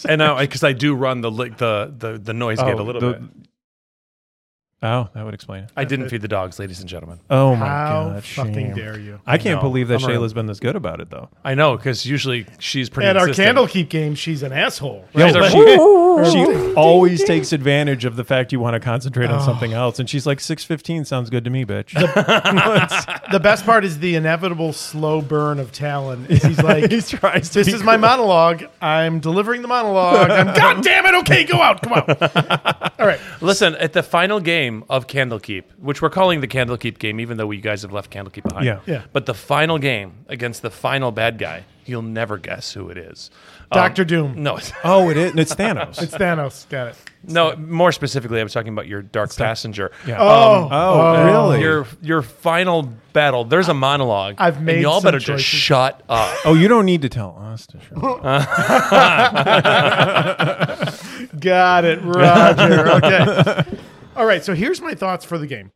B: And now because I do run the lick the the, the noise
A: Oh,
B: gate a little
C: the-
B: bit.
C: Oh, that would explain it.
B: I didn't feed the dogs, ladies and gentlemen.
C: Oh my
A: How
C: god,
A: fucking
C: shame.
A: dare you?
C: I can't
B: No,
C: believe that
B: I'm around.
C: Shayla's been this good about it though.
B: I know because usually she's pretty.
A: At our
B: insistent.
A: Candlekeep game, she's an asshole.
B: She's
C: Yo,
B: our-
C: she, she always takes advantage of the fact you want to concentrate on something else, and she's like, six fifteen sounds good to me, bitch.
A: The best part is the inevitable slow burn of Talon. is He's like,
C: He tries to
A: this
C: be
A: is my monologue. I'm delivering the monologue. I'm, God damn it. Okay, go out. Come out. All right.
B: Listen, at the final game of Candlekeep, which we're calling the Candlekeep game, even though you guys have left Candlekeep behind.
C: Yeah.
A: Yeah.
B: But the final game against the final bad guy, you'll never guess who it is. Um,
A: Dr. Doom.
B: No, it's-
C: Oh, it is. It's Thanos.
A: It's Thanos. Got it.
B: no. More specifically, I was talking about your dark passenger. Um,
C: Yeah.
A: Oh,
C: oh, really?
B: Your your final battle. There's a monologue.
A: I've made
B: And y'all
A: some
B: better
A: choices.
B: just shut up.
C: oh, you don't need to tell us. to shut up.
A: Got it, Roger. Okay. All right. So here's my thoughts for the game.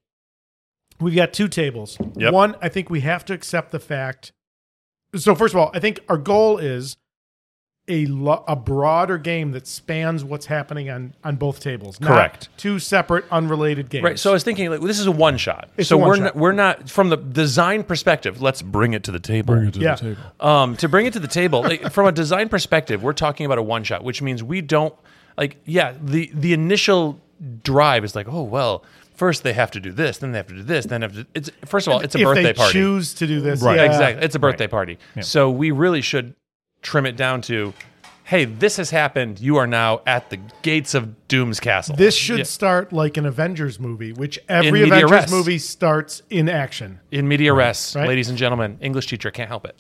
A: We've got two tables.
B: Yep.
A: One, I think we have to accept the fact. So first of all, I think our goal is a lo- a broader game that spans what's happening on on both tables. not
B: Correct.
A: two separate, unrelated games.
B: Right. So I was thinking, like, this is a one shot.
A: It's
B: so
A: a one
B: we're
A: shot.
B: Not, we're not from the design perspective. Let's bring it to the table.
A: yeah.
B: um, to bring it to the table like, from a design perspective we're talking about a one shot which means we don't like yeah the the initial drive is like oh well first they have to do this then they have to do this then they have to it's first of all it's a
A: if
B: birthday
A: they
B: party
A: choose to do this,
C: Right.
A: yeah.
B: exactly it's a birthday party so we really should trim it down to hey this has happened you are now at the gates of doom's castle
A: This should
B: Yeah.
A: start like an Avengers movie, which every
B: media
A: Avengers
B: res.
A: movie starts in action.
B: in media res
A: Right.
B: ladies and gentlemen english teacher can't help it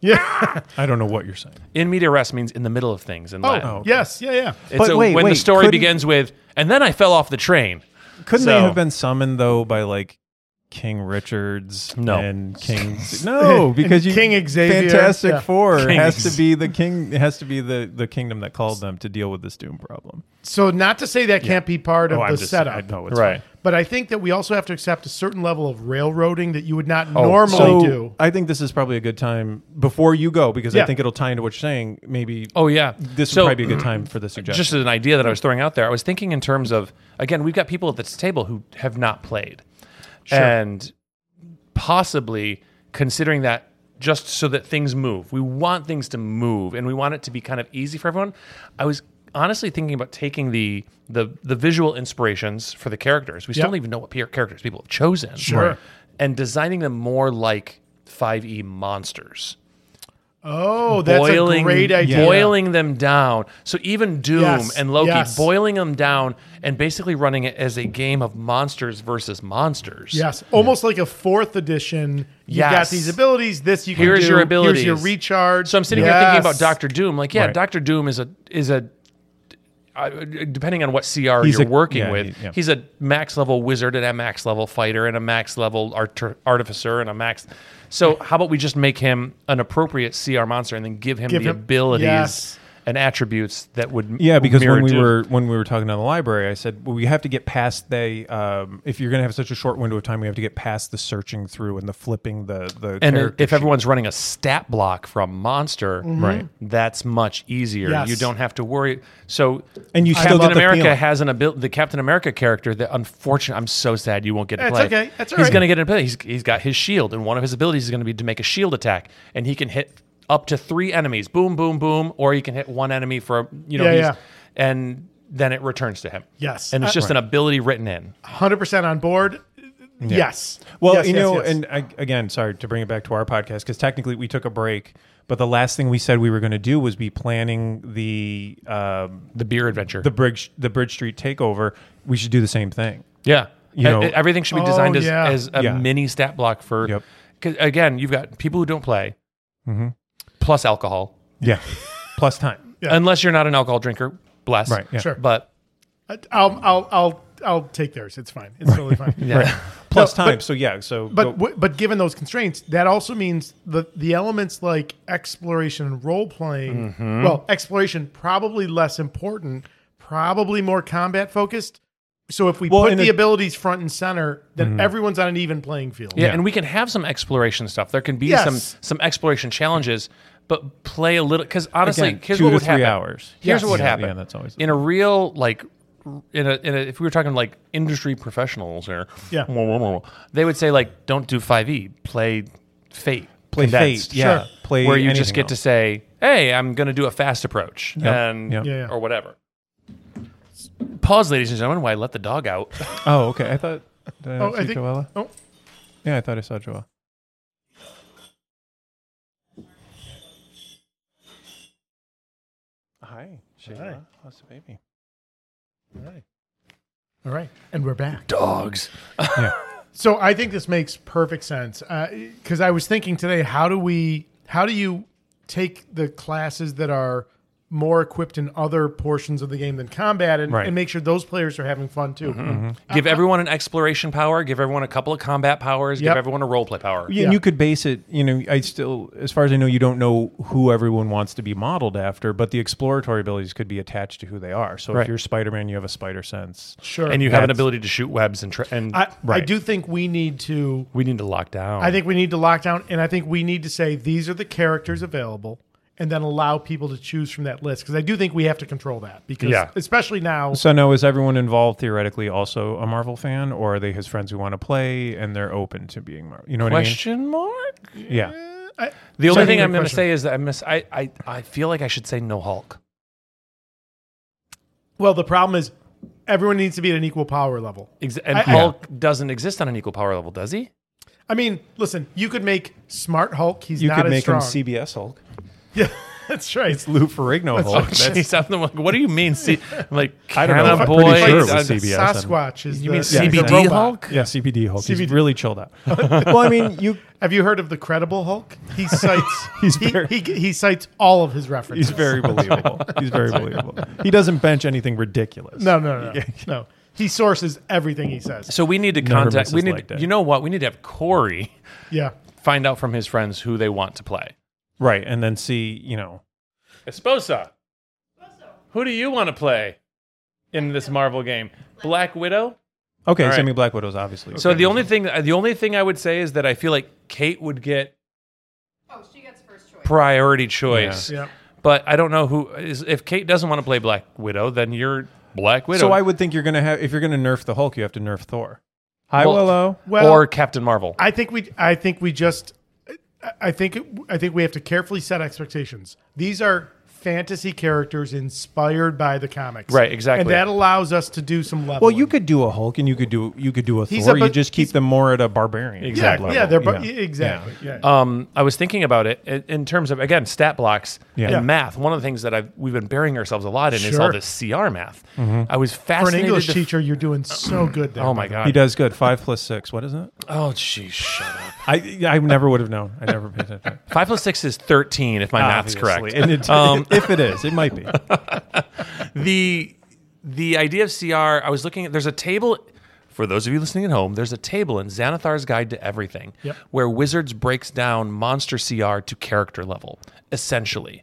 C: I don't know what you're saying.
B: in media res means in the middle of things in
A: Oh,
B: Latin.
A: yes, yeah, yeah.
B: It's
C: But
B: a-
C: wait,
B: when
C: wait,
B: the story
C: couldn't-
B: begins with, and then I fell off the train.
C: Couldn't
B: So-
C: they have been summoned though by like King Richards
B: No.
C: and King? No, because you,
A: King Xavier,
C: Fantastic
A: yeah.
C: Four
B: King
C: has
B: X-
C: to be the king. Has to be the the kingdom that called them to deal with this doom problem.
A: So not to say that can't be part of the setup,
C: Oh, I know it's fine.
A: but I think that we also have to accept a certain level of railroading that you would not normally
C: Oh, So
A: do.
C: I think this is probably a good time before you go because
A: Yeah.
C: I think it'll tie into what you're saying. Maybe
B: Oh yeah,
C: this
B: So,
C: would probably be a good time for the suggestion.
B: just as an idea that I was throwing out there. I was thinking in terms of again, we've got people at this table who have not played, and possibly considering that just so that things move. We want things to move, and we want it to be kind of easy for everyone. I was honestly thinking about taking the the the visual inspirations for the characters. We still
A: Yep.
B: don't even know what peer characters people have chosen,
A: Sure. Right.
B: and designing them more like 5e monsters
A: oh, that's
B: boiling,
A: a great idea.
B: boiling them down. So even Doom
A: Yes,
B: and Loki,
A: yes.
B: boiling them down and basically running it as a game of monsters versus monsters.
A: Yes, almost like a fourth edition. You got
B: Yes.
A: these abilities. This you can
B: Here's
A: do.
B: your abilities.
A: Here's your recharge.
B: So I'm sitting here
A: Yes.
B: thinking about Doctor Doom. Like, yeah,
C: Right.
B: Doctor Doom is a is a I- depending on what CR
C: He's
B: you're
C: a-
B: working
C: yeah,
B: with,
C: he- yeah.
B: he's a max level wizard and a max level fighter and a max level art- artificer and a max. So how about we just make him an appropriate CR monster and then give him
A: Give
B: the
A: him-
B: abilities
A: yes.
B: and attributes that would m-
C: Yeah, because
B: mirror
C: when we
B: Doom.
C: were when we were talking to the library, I said, "Well, we have to get past the. Um, if you're going to have such a short window of time, we have to get past the searching through and the flipping the the
B: And
C: character
B: if
C: sheet."
B: everyone's running a stat block from Monster,
C: Right.
B: that's much easier.
A: Mm-hmm. Yes.
B: You don't have to worry. So,
C: And you
B: Captain
C: still get the
B: America
C: feeling.
B: has an ability. The Captain America character that, unfortunately, I'm so sad you won't get to
A: That's
B: play.
A: okay. That's all
B: he's
A: right.
B: going to get an ability. He's, he's got his shield, and one of his abilities is going to be to make a shield attack, and he can hit up to three enemies. Boom, boom, boom. Or you can hit one enemy for you know.
A: Yeah,
B: he's-
A: yeah.
B: And then it returns to him.
A: Yes. Uh,
B: And it's just an ability written in.
A: 100% on board. Yes.
C: Well,
A: Yes,
C: you
A: yes,
C: know,
A: yes.
C: and I, again, sorry to bring it back to our podcast because technically we took a break, but the last thing we said we were going to do was be planning the um,
B: The beer adventure.
C: the bridge the Bridge Street takeover. We should do the same thing.
B: yeah.
C: You
B: E-
C: know-
B: e- everything should be designed
A: Oh,
B: as,
A: yeah.
B: as a
C: Yeah.
B: mini stat block for.
C: Yep. Mm-hmm.
B: 'cause again, you've got people who don't play, plus alcohol,
C: Yeah, plus time.
A: Yeah.
B: unless you're not an alcohol drinker. Bless.
C: Right. Yeah.
A: Sure.
B: But
A: I- Uh, I'll, I'll, I'll, I'll take theirs. It's fine. It's totally fine.
B: yeah.
C: Right. Plus
A: No,
C: time. so yeah. So
A: But
C: go-
A: w- but given those constraints, that also means the the elements like exploration and role playing,
C: Mm-hmm.
A: well, exploration probably less important, probably more combat focused. So if we
C: Well, Mm-hmm.
A: put
C: and
A: the
C: it-
A: abilities front and center, then everyone's on an even playing field.
B: Yeah, and we can have some exploration stuff. There can be
A: Yes.
B: some some exploration challenges, but play a little. Because honestly,
C: Again,
B: here's
C: two
B: what
C: to
B: would
C: three
B: happen.
C: hours.
B: Here's
C: Yes.
B: what would
C: Yeah,
B: happen.
C: yeah, that's always-
B: in a real like. r- In a, in a, if we were talking like industry professionals or
A: Yeah.
B: they would say like don't do five e play fate
C: play
B: condensed,
C: fate. Yeah,
A: Sure.
C: play
B: where you just
C: anything
B: get to
C: else.
B: say hey I'm gonna do a fast approach and
C: Yep.
A: Yeah, yeah.
B: or whatever pause ladies and gentlemen while I let the dog out
C: Oh, okay. I thought. Did I
A: Oh,
C: not
A: I
C: see
A: think-
C: Joella?
A: oh.
C: Yeah, I thought I saw Joella. Hi,
A: Joella.
C: How's the baby?
A: All right, and we're back.
B: dogs
A: So I think this makes perfect sense because I was thinking today, how do we, how do you take the classes that are more equipped in other portions of the game than combat, and,
C: Right.
A: and make sure those players are having fun too?
B: Mm-hmm, Give everyone an exploration power. Give everyone a couple of combat powers.
A: Yep.
B: Give everyone a roleplay power.
C: Yeah,
A: Yeah.
C: and you could base it. You know, I still, as far as I know, you don't know who everyone wants to be modeled after, but the exploratory abilities could be attached to who they are. So
B: Right.
C: if you're Spider-Man, you have a spider sense.
A: Sure,
B: And you have an
C: That's-
B: ability to shoot webs and tra- and
A: I, I
C: Right.
A: do think we need to.
B: we need to lock down.
A: I think we need to lock down, and I think we need to say these are the characters available, and then allow people to choose from that list because I do think we have to control that because,
B: Yeah.
A: especially now.
C: So now, is everyone involved theoretically also a Marvel fan, or are they his friends who want to play and they're open to being Marvel? You know what
B: question mark.
C: I mean? Yeah.
A: I,
B: The
A: So
B: only
A: I think
B: thing
A: the
B: I'm going to
A: question-
B: say is that I miss. I, I I feel like I should say no Hulk.
A: well, the problem is everyone needs to be at an equal power level.
B: Ex- and
A: I- I-
B: Hulk doesn't exist on an equal power level, does he?
A: I mean, listen, you could make smart Hulk. He's
C: You
A: not
C: could
A: as
C: make
A: strong.
C: him CBS Hulk.
A: yeah, that's right.
C: Lou Ferrigno
B: Oh,
C: Hulk. That's-
B: jeez, I'm like, what do you mean? See, I'm like,
C: I don't know.
B: Canna
C: I'm
B: Boy,
C: pretty sure it was
B: uh,
C: CBS.
A: Sasquatch is
B: You
A: the,
B: mean
A: is the
B: CBD
A: robot.
B: Hulk?
C: yeah, CBD Hulk. He's
A: CBD.
C: really chilled out. well, I mean, you.
A: Have you heard of the credible Hulk? He cites
C: He's
A: he,
C: very-
A: he, he cites all of his references.
C: He's very believable. He's very believable. He doesn't bench anything ridiculous.
A: no, no, no, no. He sources everything he says.
B: So we need to
C: Never
B: contact. We
C: misses
B: need.
C: like that.
B: you know what? We need to have Corey
A: Yeah,
B: find out from his friends who they want to play.
C: Right, and then see, you know,
B: Esposa. Who do you want to play in this Marvel game? Black Widow.
C: Okay,
B: right.
C: so I mean, Black Widow's obviously.
B: So the only thing the only thing I would say is that I feel like Kate would get
D: Oh, she gets first choice.
B: priority choice.
A: yeah.
B: But I don't know who is if Kate doesn't want to play Black Widow, then you're Black Widow.
C: so I would think you're gonna have if you're gonna nerf the Hulk, you have to nerf Thor. Hi,
B: Well-
C: Willow.
A: Well,
B: or Captain Marvel.
A: I think we I think we just I- I think I think we have to carefully set expectations. These are fantasy characters inspired by the comics.
B: Right, exactly.
A: And that allows us to do some level.
C: Well, you could do a Hulk, and you could do you could do a
A: He's
C: Thor.
A: a bu-
C: you just keep
A: he's-
C: them more at a barbarian.
A: yeah,
B: Exactly.
A: yeah, they're bu- e,
C: Yeah.
A: exactly. Yeah.
B: um, I was thinking about it in, in terms of again stat blocks and
C: Yeah.
B: math. One of the things that I've, we've been burying ourselves a lot in is
A: Sure. Mm-hmm.
B: all this CR math. I was
A: For an
B: fascinated.
A: English
B: to-
A: teacher, you're doing so good there.
B: oh my
A: brother.
B: god!
C: He does good. Five plus six. What is it?
B: Oh jeez, shut up.
C: I I never would have known. I never paid attention.
B: Five plus six is thirteen. If my math's correct,
C: Obviously. And it, if it is, it might be.
B: the the idea of CR, I was looking at there's a table for those of you listening at home, there's a table in Xanathar's Guide to Everything
A: Yep.
B: where Wizards breaks down monster CR to character level, essentially.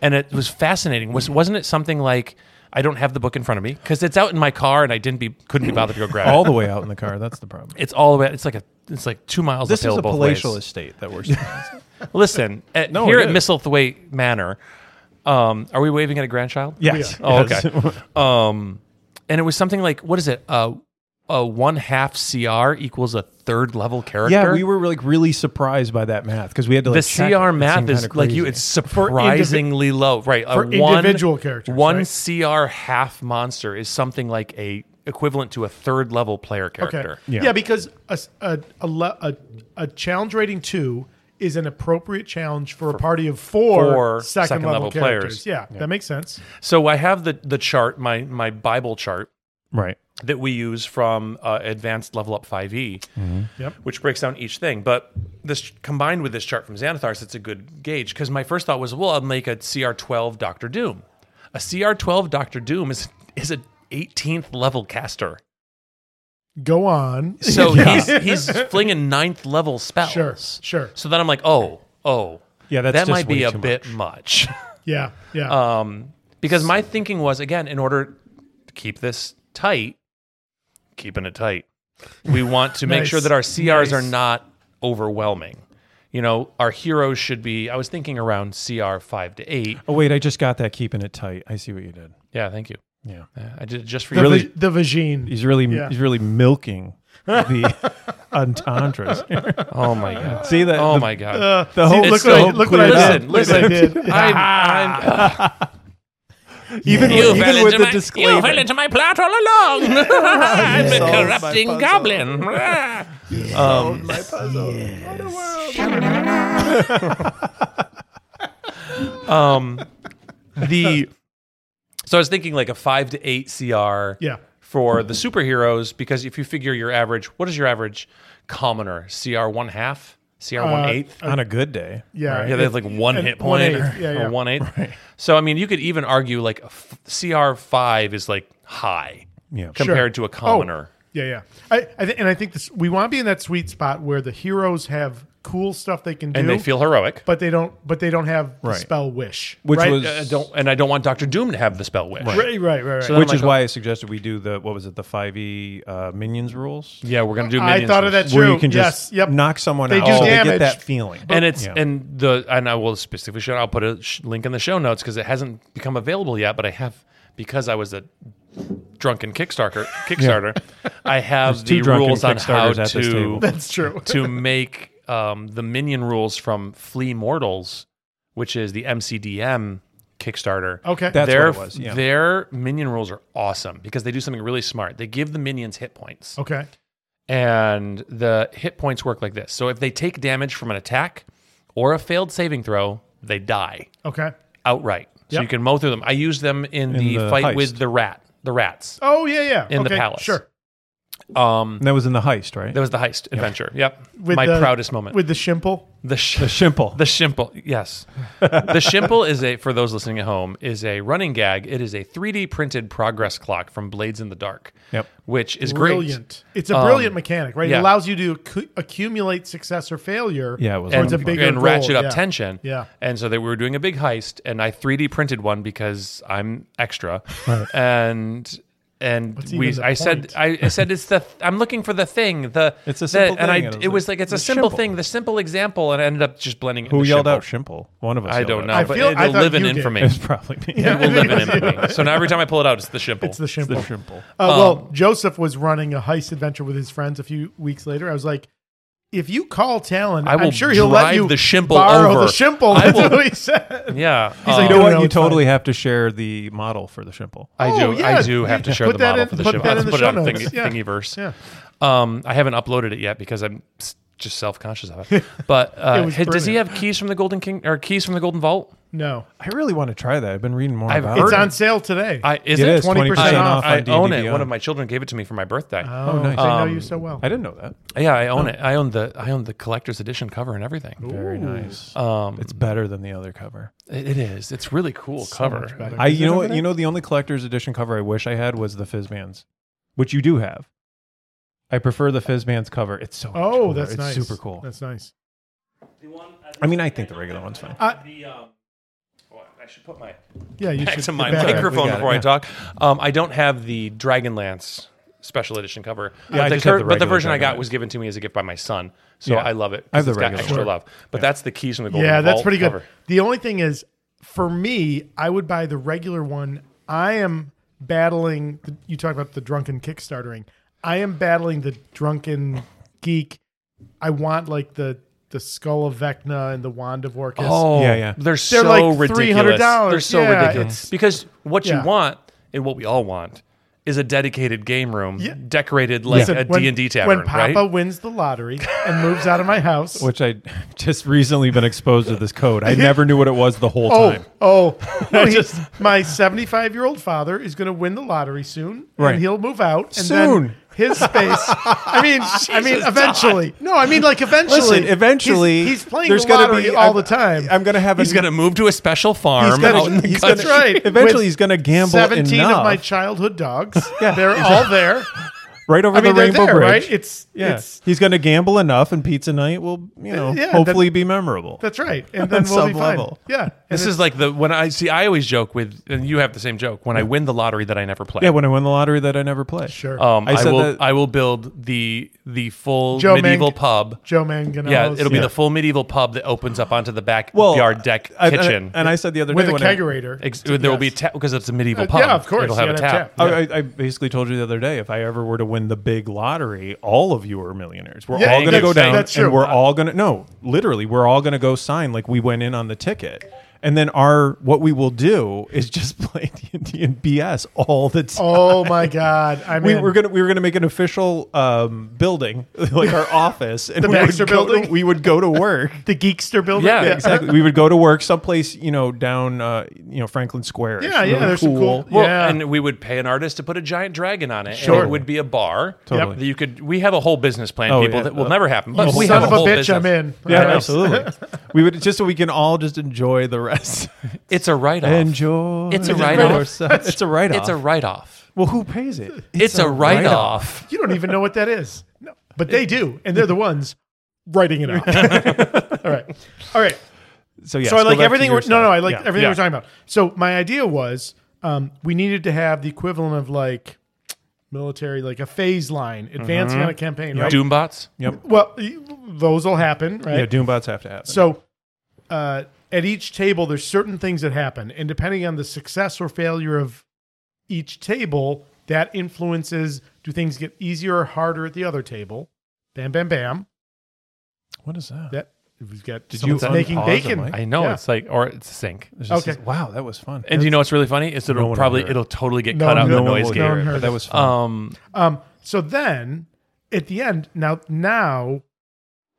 B: And it was fascinating. Was wasn't it something like I don't have the book in front of me because it's out in my car and I didn't be couldn't be bothered to go grab it.
C: All the way out in the car. That's the problem.
B: It's all the way. It's like a it's like two miles.
C: This is
B: uphill
C: a
B: both
C: palatial
B: ways.
C: estate that we're. sitting on.
B: Listen, at,
C: No,
B: here
C: it
B: at
C: is.
B: Misselthwaite Manor, um, are we waving at a grandchild?
C: yes.
B: Oh,
C: Yes.
B: okay. um, and it was something like, what is it? Uh, a one half CR equals a third level character.
C: Yeah, we were like really surprised by that math because we had to
B: the
C: like check it.
B: CR
C: It
B: math
C: seemed
B: is
C: kinda
B: like you.
C: crazy.
B: It's surprisingly low, right? a
A: for
B: one-
A: individual characters,
B: one
A: right?
B: CR half monster is something like a equivalent to a third level player character.
A: Yeah.
C: Yeah.
A: because a, s- a- a le- a- a challenge rating two is an appropriate challenge for a party of four
B: Four
A: second
B: second
A: level,
B: level
A: characters.
B: players.
A: Yeah, that makes sense.
B: So I have the the chart, my my Bible chart
C: right.
B: that we use from uh, Advanced Level Up 5e,
A: Yep.
B: which breaks down each thing. But this combined with this chart from Xanathars, it's a good gauge because my first thought was, well, I'll make a CR12 Doctor Doom. A CR12 Doctor Doom is is a 18th level caster.
A: Go on.
B: So
A: Yeah.
B: he's he's flinging ninth level spells.
A: Sure, sure.
B: So then I'm like, oh, oh,
C: Yeah, that's
B: that
C: just
B: might be
C: way
B: a
C: too
B: bit much.
A: yeah, yeah.
B: um, because my thinking was again, in order to keep this tight, keeping it tight, we want to make
A: Nice,
B: sure that our CRs are
A: nice.
B: not overwhelming. You know, our heroes should be. I was thinking around CR five to eight.
C: Oh wait, I just got that. Keeping it tight. I see what you did.
B: Yeah, thank you.
C: Yeah.
B: Yeah, I did it just for
A: the,
B: you.
C: really-
A: va- the vagine.
C: He's really
A: Yeah.
C: he's really milking the entendres.
B: Oh my god.
C: see that?
B: Oh
C: the,
B: my god.
C: The whole
B: it's
A: Oh, look
B: so-
A: what I, look what I
B: listen,
A: did.
B: listen.
A: Look what I did.
B: I'm, I'm,
C: even
B: You
C: with,
B: fell into
C: even with the
B: my, You fell
C: disclaimer.
B: into my plot all along. I've been
C: solved my
B: corrupting
C: puzzle.
B: Goblin. um, the so I was thinking like a five to eight CR
A: Yeah.
B: for the superheroes because if you figure your average, what is your average commoner CR one half, CR one eighth?
C: on a good day.
A: Yeah.
B: Yeah, they have like one
A: and
B: hit
A: one
B: point
A: eighth,
B: or,
A: yeah,
B: or
A: yeah.
B: one eighth. So I mean, you could even argue like a f- CR five is like high
C: Yeah.
B: compared to a commoner.
A: Yeah, yeah. I, I th- and I think this we want to be in that sweet spot where the heroes have cool stuff they can do,
B: And they feel heroic.
A: but they don't, but they don't have the
C: Right.
A: spell wish,
C: Which
A: right?
C: was-
B: I uh, don't, and I don't want Doctor Doom to have the spell wish.
A: right, right, right. right.
B: So then
C: Which
B: I'm
C: is
B: like,
C: why I suggested we do the what was it the five e uh, minions rules
B: Yeah, we're gonna do.
A: I
B: Minions
A: thought of
B: first.
A: that
C: where
A: True.
C: you can
A: Yes.
C: just
A: Yep.
C: knock someone
A: They
C: out
A: do
C: so they
A: damage.
C: get that feeling
B: and it's
C: Yeah.
B: and the and I will specifically shout. I'll put a sh- link in the show notes because it hasn't become available yet. But I have because I was a drunken Kickstarter. Kickstarter, I have
C: two
B: the
C: drunken
B: rules on how
C: Kickstarters at this table.
B: to
A: That's true.
B: to make um, the minion rules from Flea Mortals, which is the MCDM Kickstarter.
A: Okay.
C: That's
B: their,
C: what it was, yeah.
B: their minion rules are awesome because they do something really smart. They give the minions hit points.
A: okay.
B: and the hit points work like this. So if they take damage from an attack or a failed saving throw, they die
A: Okay.
B: outright. So
A: Yep.
B: you can mow through them. I used them in, the,
C: the
B: fight
C: heist.
B: with the rat, the rats.
A: Oh yeah, yeah.
B: In the
A: Okay,
B: palace.
A: Sure.
B: Um,
C: And that was in the heist right
B: that was the heist adventure. Yep,
A: With
B: my
A: the-
B: proudest moment.
A: With the shimple.
B: the sh-
C: the shimple
B: the shimple, yes. the shimple is a for those listening at home is a running gag. It is a 3D printed progress clock from Blades in the Dark.
C: Yep.
B: which is great. Um,
A: Brilliant. It's a brilliant mechanic, right? It
B: yeah.
A: allows you to accu- accumulate success or failure.
C: Yeah, it was
A: towards a
C: a lot of
A: bigger
B: and
A: goal.
B: ratchet up
A: Yeah.
B: tension.
A: Yeah.
B: And so they were doing a big heist, and I 3D printed one because I'm extra. And and we,
A: even the
B: I said, I, I said, it's the. I'm looking for the thing. The
C: It's a
B: the-
C: simple
B: and
C: thing,
B: I,
C: and it was
B: it was
C: like,
B: like it's a
C: the
B: simple
C: shimple.
B: thing, the simple example, and I ended up just blending. It
C: who
B: into
C: yelled
B: shimple.
C: out shimple one of us
B: I
C: yelled
B: don't know,
C: out.
A: I
B: but
A: feel- I
B: it'll
A: thought
B: live in
A: you did.
B: infamy.
C: it was probably me yeah.
B: It will live in infamy. So now every time I pull it out, it's the shimple.
A: It's the shimple.
C: the shimple
A: Uh,
B: Um,
A: well, Joseph was running a heist adventure with his friends a few weeks later. I was like, if you call Talon,
B: I will
A: am sure he'll let
B: drive
A: you
B: the shimple
A: borrow
B: over.
A: the shimple.
B: I
A: That's
B: will-
A: what he said.
B: yeah.
A: like,
B: um,
C: you know
A: no,
C: what
A: no,
C: you
A: it's fine.
C: totally have to share the model for the shimple
B: I
A: Oh,
B: do.
A: yeah,
B: I do have to
A: you-
B: share
A: put
B: the
A: that
B: model
A: in-
B: for the
A: put
B: shimple.
A: that
B: Let's
A: in the
B: put
A: show
B: it on
A: notes.
B: Thingy-
A: Yeah.
B: Thingiverse.
A: Yeah.
B: Um, I haven't uploaded it yet because I'm s- just self conscious of it. But uh,
A: It was
B: h- does he
A: brilliant.
B: have keys from the Golden King or keys from the Golden Vault?
A: No.
C: I really want to try that I've been reading more
B: I've
C: about
A: It's
B: heard-
C: it
A: on sale today.
B: I is
C: It
B: it,
C: is, 20%
B: I,
C: off
B: I
C: on
B: own it.
C: DDBR.
B: One of my children gave it to me for my birthday.
A: oh,
C: nice.
A: I know
B: Um,
A: you so well.
C: I didn't know that
B: yeah, I own it. I own the I own the collector's edition cover and everything.
C: very nice um it's better than the other cover
B: It, it is. It's really cool cover.
A: better.
C: I
A: Is it
C: you know
A: over
C: what
A: there?
C: you know the only collector's edition cover I wish I had was the Fizzbands, which you do have. I prefer the Fizzbands cover. It's so much
A: oh,
C: cooler.
A: that's
C: it's
A: nice.
C: super cool.
A: That's nice.
C: I mean, I think the regular one's fine.
A: Uh,
B: The, um, well, I should put my
A: Yeah, you
B: back
A: should
B: to
A: get
B: my
A: back.
B: microphone
C: We got it,
B: before I
C: yeah.
B: talk. Um, I don't have the Dragonlance special edition cover.
C: Yeah, I
B: but, the
C: just have
B: but
C: the
B: the
C: regular
B: version I got
C: Dragonlance.
B: was given to me as a gift by my son, so
C: Yeah.
B: I love it.
C: I
B: 'cause
C: have the
B: it's got
C: regular
B: extra
C: one.
B: love. But that's the keys from the golden
A: Yeah, that's
B: Vault
A: pretty good.
B: cover.
A: The only thing is, for me, I would buy the regular one. I am battling. The, you talk about the drunken kickstartering. I am battling the drunken geek. I want like the the skull of Vecna and the wand of Orcus.
B: Oh,
C: Yeah, yeah.
B: They're
A: They're
B: so
A: like
B: ridiculous.
A: $300.
B: They're so
A: Yeah,
B: ridiculous
A: it's-
B: because what
A: yeah.
B: you want and what we all want is a dedicated game room
A: Yeah.
B: decorated like
A: Listen,
B: a
A: when-
B: D and D tavern,
A: When Papa
B: right?
A: wins the lottery and moves out of my house.
C: Which I just recently been exposed to this code. I never knew what it was the whole
A: Oh,
C: time.
A: oh! No, he-
C: just-
A: my seventy-five-year-old father is going to win the lottery soon,
C: Right.
A: and he'll move out and
C: Soon.
A: Then his space. I mean, I mean, eventually. No, I mean, like eventually.
C: Listen, eventually,
A: he's, he's playing
C: there's
A: the
C: gonna
A: lottery
C: be-
A: all
C: I'm-
A: the time.
C: I'm gonna have.
B: He's
C: a,
B: going to move to a special farm.
C: He's gonna,
B: out in the
C: he's
B: country.
A: That's
C: gonna,
A: right.
C: Eventually,
A: With
C: he's gonna gamble
A: Seventeen
C: enough,
A: of my childhood dogs.
C: Yeah.
A: they're all there.
C: right over
A: I mean,
C: the
A: they're
C: Rainbow
A: there,
C: Bridge.
A: right? It's
C: yeah,
A: it's Uh,
C: he's gonna gamble enough, and pizza night will, you know,
A: Yeah,
C: hopefully be memorable.
A: that's right. And then
C: On
A: we'll be
C: some
A: fine.
C: level.
A: Yeah. And
B: This is like the when I see. I always joke with, and you have the same joke. When I win the lottery that I never play,
C: Yeah, when I won the lottery that I never played.
A: sure.
B: um,
C: I
B: I,
C: said
B: will.
C: that-
B: I will build the the full
A: Joe
B: medieval
A: Mank-
B: pub.
A: Joe Manganello's.
B: Yeah, it'll be
A: yeah.
B: the full medieval pub that opens up onto the backyard
C: Well,
B: deck
C: I- and-
B: kitchen.
C: and, I said the other
A: with
C: day
A: a
C: when I-
A: kegerator.
B: Ex- there will be because it's a medieval
A: Uh,
B: pub.
A: yeah, of course,
B: it'll have
A: you
B: a
A: gotta have uh,
B: tap.
A: tap.
C: I, I- I basically told you the other day if I ever were to win the big lottery, all of you are millionaires. We're
A: Yeah,
C: all going to
B: that's-
C: go down,
A: that's true.
C: and we're all going to no, literally, we're all going to go sign like we went in on the ticket. And then our what we will do is just play D and D and BS all the time.
A: Oh my God! I
C: we
A: mean,
C: were gonna we were gonna make an official um, building like our office and
A: The
C: we would
A: Baxter
C: go to-
A: building?
C: we would go to work
A: the Geekster building.
B: Yeah,
C: exactly we would go to work someplace you know down uh, you know Franklin Square
A: Yeah, yeah, there's some cool-
B: Well,
A: Yeah.
B: and we would pay an artist to put a giant dragon on it.
A: Sure.
B: and it would be a bar.
C: Totally.
B: That you could. We have a whole business plan,
C: Oh,
B: people.
C: yeah.
B: That will never happen. But
A: You
B: we
A: son
B: have
A: of a
B: whole
A: bitch!
B: business.
A: I'm in.
C: Yeah,
A: All right.
C: absolutely. we would just so we can all just enjoy the rest.
B: It's a write off.
C: enjoy.
B: It's a write-off.
C: yourself. It's a write off.
B: It's a write off.
C: well, who pays it?
B: It's, a write off.
A: You don't even know what that is. No, but they do, and they're the ones writing it out. all right, all right.
C: So yeah.
A: so I like
C: let's go back to
A: everything.
C: your
A: We're, no,
C: stuff.
A: no, I like
C: Yeah.
A: everything
C: Yeah.
A: we're talking about. So my idea was um, we needed to have the equivalent of like military, like a phase line advancing
C: Mm-hmm.
A: on a campaign, right?
B: Doombots.
A: Well, y- those will happen, right?
C: Yeah, Doombots have to happen.
A: So uh, at each table, there's certain things that happen, and depending on the success or failure of each table, that influences do things get easier or harder at the other table. Bam, bam, bam.
C: what is that?
A: That we've got. Did
C: you
A: making
C: unpause
A: bacon?
C: it, Mike?
B: I know
A: Yeah.
B: it's like or it's a sink.
C: There's just
A: Okay.
C: this- wow, that was fun.
B: And you know what's really funny is it'll
C: one
B: probably
C: heard.
B: it'll totally get
A: No
B: cut out
A: one
B: in the
A: heard. No one
B: noise
A: will.
B: gate.
A: No one
C: but
A: heard
C: that
A: it.
C: was fun.
B: Um,
A: Um, so then at the end, now now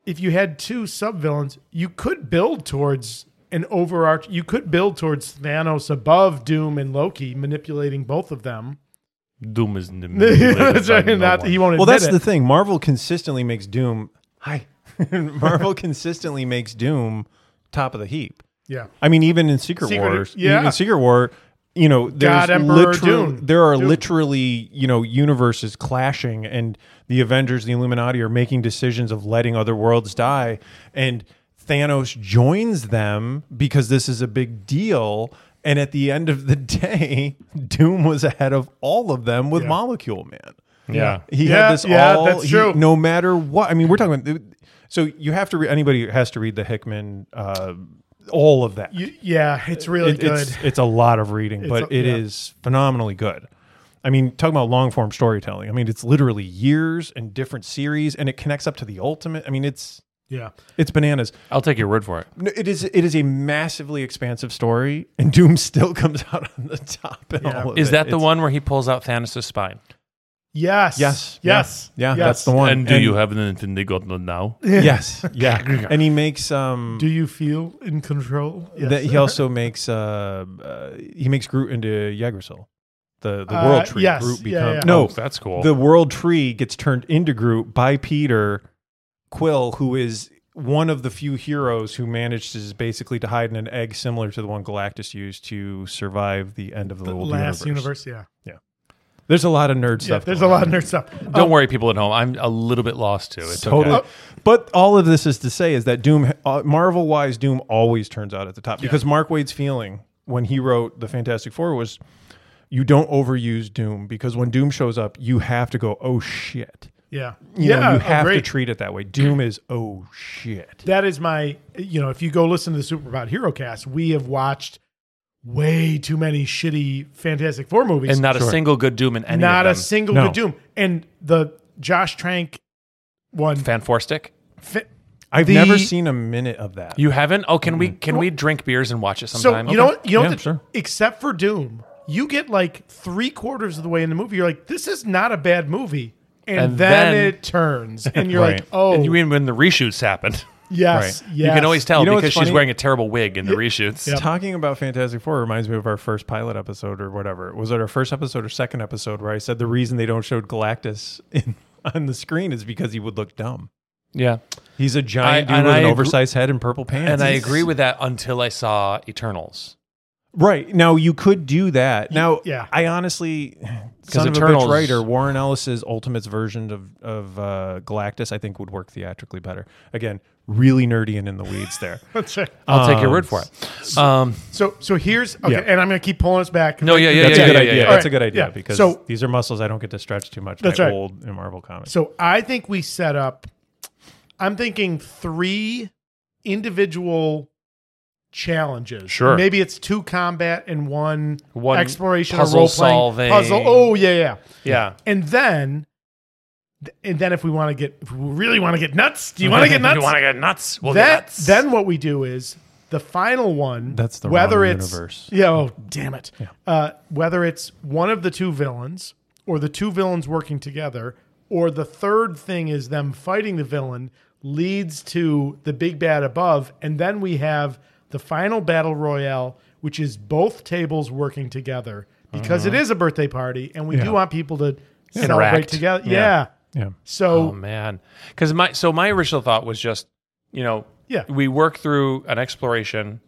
A: if you had two sub villains, you could build towards an overarch you could build towards Thanos above Doom and Loki manipulating both of them.
B: Doom is in the
A: That's right, not- he won't
C: well,
A: admit
C: that's
A: it.
C: the thing. Marvel consistently makes Doom. Hi. Marvel consistently makes Doom top of the heap.
A: yeah.
C: I mean, even in Secret,
A: Secret-
C: Wars,
A: yeah.
C: even Secret War, you know, there's
A: God, Emperor
C: literal-
A: Dune.
C: there are
A: Dune.
C: literally you know universes clashing, and the Avengers, the Illuminati, are making decisions of letting other worlds die, and Thanos joins them because this is a big deal. And at the end of the day, Doom was ahead of all of them with
A: Yeah.
C: Molecule Man.
B: Yeah.
C: He
A: Yeah,
C: had this
A: yeah,
C: all.
A: that's
C: he-
A: true.
C: no matter what, I mean, we're talking. About, so you have to. Re- anybody has to read the Hickman. Uh, all of that.
A: You- yeah, it's really
C: It-
A: good.
C: It's, it's a lot of reading, but
A: a-
C: it is
A: yeah.
C: phenomenally good. I mean, talking about long form storytelling. I mean, it's literally years and different series, and it connects up to the ultimate. I mean, it's
A: yeah.
C: it's bananas.
B: I'll take your word for it.
C: No, It is it is a massively expansive story, and Doom still comes out on the top. In
A: Yeah.
C: all of
B: Is
C: it.
B: that the
C: It's-
B: one where he pulls out Thanos' spine?
A: Yes.
C: Yes.
A: Yes.
C: Yeah,
A: Yes.
C: that's the one.
B: have anything they got now?
C: Yes. Yeah. and he makes um.
A: Do you feel in control? Yes.
C: That he also makes uh, uh he makes Groot into Yggdrasil, the the
A: Uh,
C: world tree.
A: yes.
C: Groot
A: Yeah,
C: becomes
A: yeah.
C: no,
B: Oh, that's cool.
C: the world tree gets turned into Groot by Peter Quill, who is one of the few heroes who manages basically to hide in an egg similar to the one Galactus used to survive the end of the,
A: the
C: old
A: last
C: universe.
A: universe, yeah.
C: There's a lot of nerd
A: Yeah,
C: stuff.
A: there's a
C: going
A: lot of
C: on.
A: nerd stuff.
B: Don't worry, people at home. I'm a little bit lost too. It's
C: Totally.
B: okay.
C: Uh, But all of this is to say is that Doom, uh, Marvel wise, Doom always turns out at the top because Mark Wade's feeling when he wrote the Fantastic Four was you don't overuse Doom because when Doom shows up, you have to go, oh shit.
A: Yeah.
C: You
A: yeah,
C: know, you have to
A: agreed.
C: treat it that way. Doom is, oh shit.
A: that is my you know if you go listen to the superpod hero cast we have watched way too many shitty Fantastic Four movies
B: and not a single good Doom in any
A: not
B: of
A: a
B: them.
A: single
C: No.
A: good Doom. And the Josh Trank one.
B: Fan four stick.
A: fa-
C: I've
A: The-
C: never seen a minute of that.
B: You haven't? Oh, can we can we drink beers and watch it
A: Mm-hmm. so
B: sometime?
A: you know
B: Okay.
A: what? You know
C: Yeah,
A: what the-
C: sure.
A: Except for Doom, you get like three quarters of the way in the movie. You're like, this is not a bad movie. And,
B: And
A: then,
B: then-
A: it turns, and you're
C: Right.
A: like, "Oh,
B: And you mean when the reshoots happened?
A: yes, yes."
B: You can always tell
C: You know what's
B: because she's
C: funny?
B: wearing a terrible wig in the reshoots.
C: Talking about Fantastic Four reminds me of our first pilot episode or whatever. Was it our first episode or second episode where I said the reason they don't show Galactus in, on the screen is because he would look dumb.
B: Yeah.
C: He's a
B: I-
C: giant dude
B: and
C: with
B: I
C: an
B: agr-
C: oversized head and purple pants.
B: And I
C: He's-
B: agree with that until I saw Eternals.
C: Right. Now you could do that. Now
A: yeah.
C: I honestly son of a
B: Eternals-
C: bitch writer, Warren Ellis's Ultimates version of of uh, Galactus I think would work theatrically better. Again, really nerdy and in the weeds there.
A: That's right.
B: I'll take your
C: Um,
B: word for it. Um,
A: So, so here's okay,
C: Yeah.
A: and I'm gonna keep pulling us back.
B: No, yeah, yeah,
C: That's
B: yeah,
C: a good
B: yeah,
C: idea.
B: yeah, yeah.
C: That's a
A: Alright,
C: good idea
A: yeah.
C: because
A: So-
C: these are muscles I don't get to stretch too much.
A: That's
C: like
A: right.
C: old in Marvel comics.
A: So I think we set up. I'm thinking three individual challenges.
B: Sure.
A: Maybe it's two combat and one,
B: One
A: exploration
B: puzzle
A: or role playing
B: solving.
A: puzzle. Oh yeah, yeah.
B: yeah.
A: And then, and then if we want to get, if we really want to get nuts, do you want to get nuts?
B: you want to get nuts? We'll
A: that
B: get nuts.
A: then what we do is the final one.
C: That's the
A: whether
C: wrong
A: it's
C: universe.
A: yeah. Oh damn it! Uh, whether it's one of the two villains or the two villains working together, or the third thing is them fighting the villain leads to the big bad above, and then we have the final battle royale, which is both tables working together because it is a birthday party, and we
C: Uh-huh. Yeah.
A: do want people to celebrate
B: Interact.
A: together. Yeah.
C: yeah. Um,
A: So
B: Oh man, because my so my original thought was just you know
A: Yeah.
B: we work through an exploration,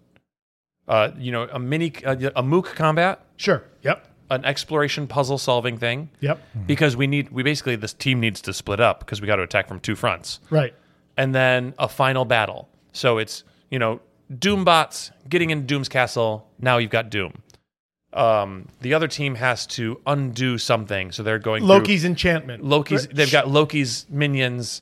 B: uh you know a mini uh, a, a MOOC combat,
A: sure. Yep.
B: an exploration puzzle solving thing
A: Yep.
B: because we need we basically this team needs to split up because we got to attack from two fronts
A: Right.
B: and then a final battle. So it's you know Doombots getting into Doom's castle. Now you've got Doom. Um, the other team has to undo something, so they're going through-
A: Loki's enchantment.
B: Loki's.
A: Right.
B: They've got Loki's minions,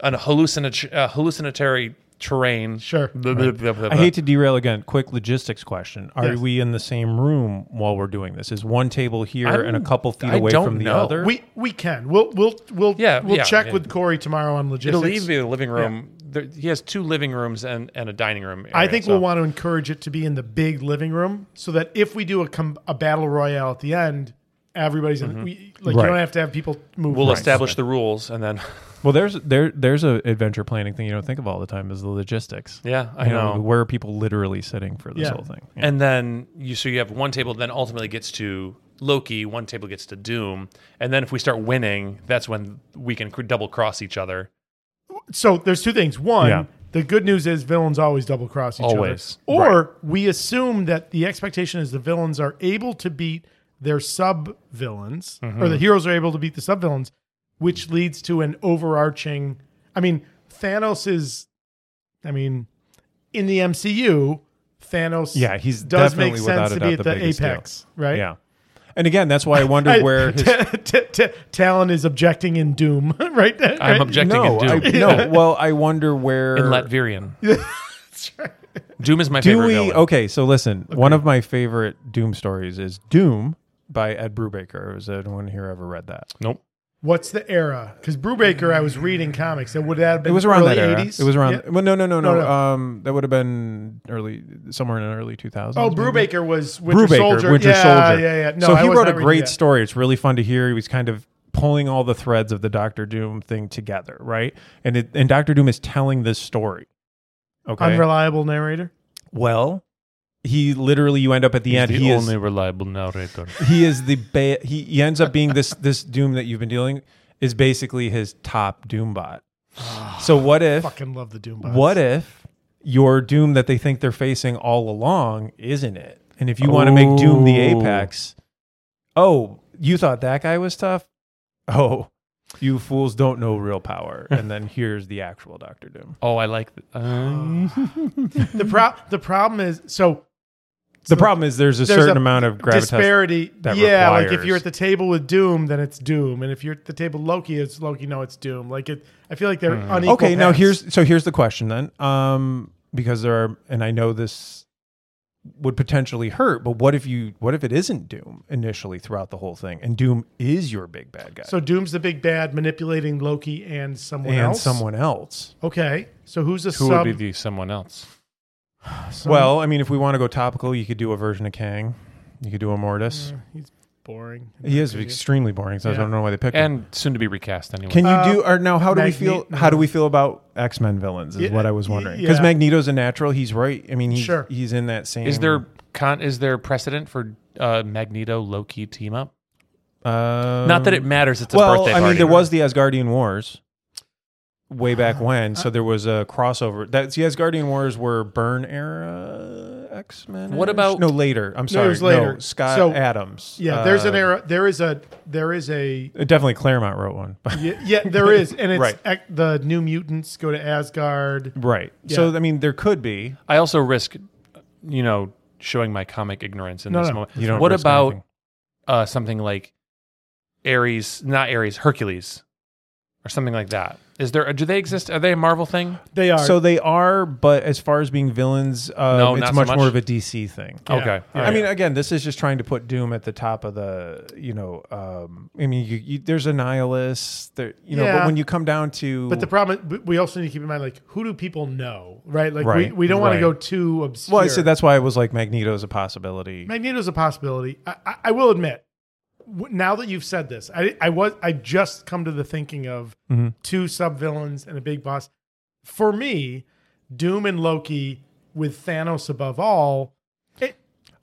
B: an hallucinat- uh, hallucinatory terrain.
A: Sure.
B: Blah, blah, blah, blah,
C: I
B: blah.
C: hate to derail again. Quick logistics question: Are
A: Yes.
C: we in the same room while we're doing this? Is one table here
B: I'm-
C: and a couple feet
B: I
C: away
B: don't
C: from the
B: know.
C: other?
A: We we can. We'll we'll we'll
B: Yeah,
A: we'll
B: yeah,
A: check
B: yeah.
A: with Corey tomorrow on logistics.
B: It'll either be the living room. There, he has two living rooms and, and a dining room.
A: I
B: area,
A: think
B: so-
A: we'll want to encourage it to be in the big living room so that if we do a com- a battle royale at the end, everybody's in, we, like
C: Right.
A: you don't have to have people move.
B: Mm-hmm. we'll
A: around.
B: establish the rules and then
C: well, there's there there's a adventure planning thing you don't think of all the time is the logistics.
B: yeah, I
C: You know,
B: know.
C: where are people literally sitting for this
A: Yeah.
C: whole thing? Yeah.
B: And then you so you have one table then ultimately gets to Loki, one table gets to Doom, and then if we start winning, that's when we can double cross each other.
A: So there's two things. One,
C: Yeah.
A: the good news is villains always double cross each
B: Always.
A: other. Or we assume that the expectation is the villains are able to beat their sub villains, or the
C: Mm-hmm.
A: heroes are able to beat the sub villains, which leads to an overarching. I mean, Thanos is. I mean, in the MCU, Thanos.
C: Yeah, he's
A: does
C: definitely
A: make
C: without
A: sense
C: a
A: to
C: doubt
A: be at
C: the
A: the,
C: biggest deal.
A: apex, right?
C: Yeah. And again, that's why I wondered
A: I-
C: where his
A: T- T- Talon is objecting in Doom, right?
B: I'm
A: Right?
B: objecting
C: no,
B: in
C: I,
B: Doom.
C: no. Well, I wonder where
B: In Latvian. Doom is my favorite
C: Do we?
B: villain.
C: Okay, so listen. One of my favorite Doom stories is Doom by Ed Brubaker. Has anyone here ever read that?
B: Nope.
A: What's the era? Because Brubaker, I was reading comics. That would that have
C: It
A: been
C: was around
A: early
C: that era.
A: 80s?
C: It was around.
A: Yeah.
C: Well, no, no, no,
A: No,
C: no.
A: no.
C: Um, that would have been early, somewhere in the early 2000s.
A: Oh,
C: maybe.
A: Brubaker was Winter
C: Brubaker,
A: Soldier.
C: Winter
A: yeah,
C: Soldier.
A: Yeah, yeah, No,
C: so
A: I
C: he
A: was
C: wrote
A: not
C: a
A: reading
C: great
A: that.
C: story. It's really fun to hear. He was kind of pulling all the threads of the Doctor Doom thing together, right? And it, and Doctor Doom is telling this story. Okay.
A: Unreliable narrator.
C: well, he literally you end up at the end. he is
B: reliable narrator.
C: he is the ba- he, he ends up being this this doom that you've been dealing is basically his top doom bot. So what if
A: Fucking love the Doom. Box.
C: what if your doom that they think they're facing all along isn't it? And if you want to make doom the
B: Oh.
C: apex, oh, you thought that guy was tough? Oh, you fools don't know real power. and then here's the actual Doctor Doom.
B: Oh, I like. th- um,
A: the pro- The problem is so
C: The problem is there's a
A: there's
C: certain
A: a
C: amount of gravitas.
A: disparity.
C: that
A: yeah, like if
C: requires-
A: you're at the table with Doom, then it's Doom, and if you're at the table with Loki, it's Loki. No, it's Doom. Like it. I feel like they're unequal.
C: Mm. okay now
A: paths.
C: here's so here's the question then um because there are and i know this would potentially hurt. But what if you? What if it isn't Doom initially throughout the whole thing, and Doom is your big bad guy
A: So Doom's the big bad manipulating Loki and someone
C: and
A: else.
C: someone else?
A: Okay. So who's the
B: Who
A: sub?
B: would be the someone else?
A: some-
C: Well, I mean, if we want to go topical, you could do a version of Kang. You could do a Mortis.
A: he's boring.
C: He is extremely boring, so I
A: Mm. Yeah.
C: don't know why they picked him.
B: And soon to be recast anyway.
C: Can you
A: Uh,
C: do or now? How do we feel?
A: Magne-
C: How do we feel about X Men villains? Is
A: Yeah,
C: what I was wondering.
A: y-
C: Because
A: yeah.
C: Magneto's a natural. He's right. I mean, he's
A: Sure.
C: he's in that same.
B: is there con- is there precedent for uh, Magneto Loki team up?
C: Um,
B: Not that it matters. It's a
C: well,
B: birthday
C: I mean,
B: party.
C: there was the Asgardian Wars way back when, so there was a crossover. That's the Asgardian Wars were Burn era X Men.
B: What about-
C: no later? I'm
A: No,
C: sorry,
A: it was later.
C: Scott
A: So-
C: Adams.
A: Yeah, there's an
C: Uh,
A: era. There is a. There is a.
C: Definitely Claremont wrote one.
A: Yeah, yeah there is, and it's
C: Right.
A: ac- the New Mutants go to Asgard.
C: right. So I mean, there could be.
B: I also risk, you know, showing my comic ignorance in
A: No,
B: this
A: no.
B: moment.
C: You don't.
B: what
C: risk
B: about
C: anything.
B: uh, something like Ares? Not Ares, Hercules, or something like that. Is there? Do they exist? Are they a Marvel thing?
A: They are.
C: So they are, but as far as being villains, uh,
B: No,
C: it's
B: not so
C: much,
B: much.
C: more of a DC thing.
A: Yeah.
B: Okay. All
C: I
B: right.
C: mean, again, this is just trying to put Doom at the top of the, you know, um, I mean, you, you, there's a nihilist, there, you know, but
A: Yeah.
C: when you come down to,
A: but the problem, but we also need to keep in mind, like, who do people know, right? Like,
C: Right,
A: we, we don't want
C: right.
A: to go too obscure.
C: well, I said that's why I was like Magneto is a possibility.
A: Magneto's a possibility. I, I, I will admit, w- now that you've said this, I, I was I just come to the thinking of
C: Mhm.
A: two sub villains and a big boss. For me, Doom and Loki with Thanos above all. It,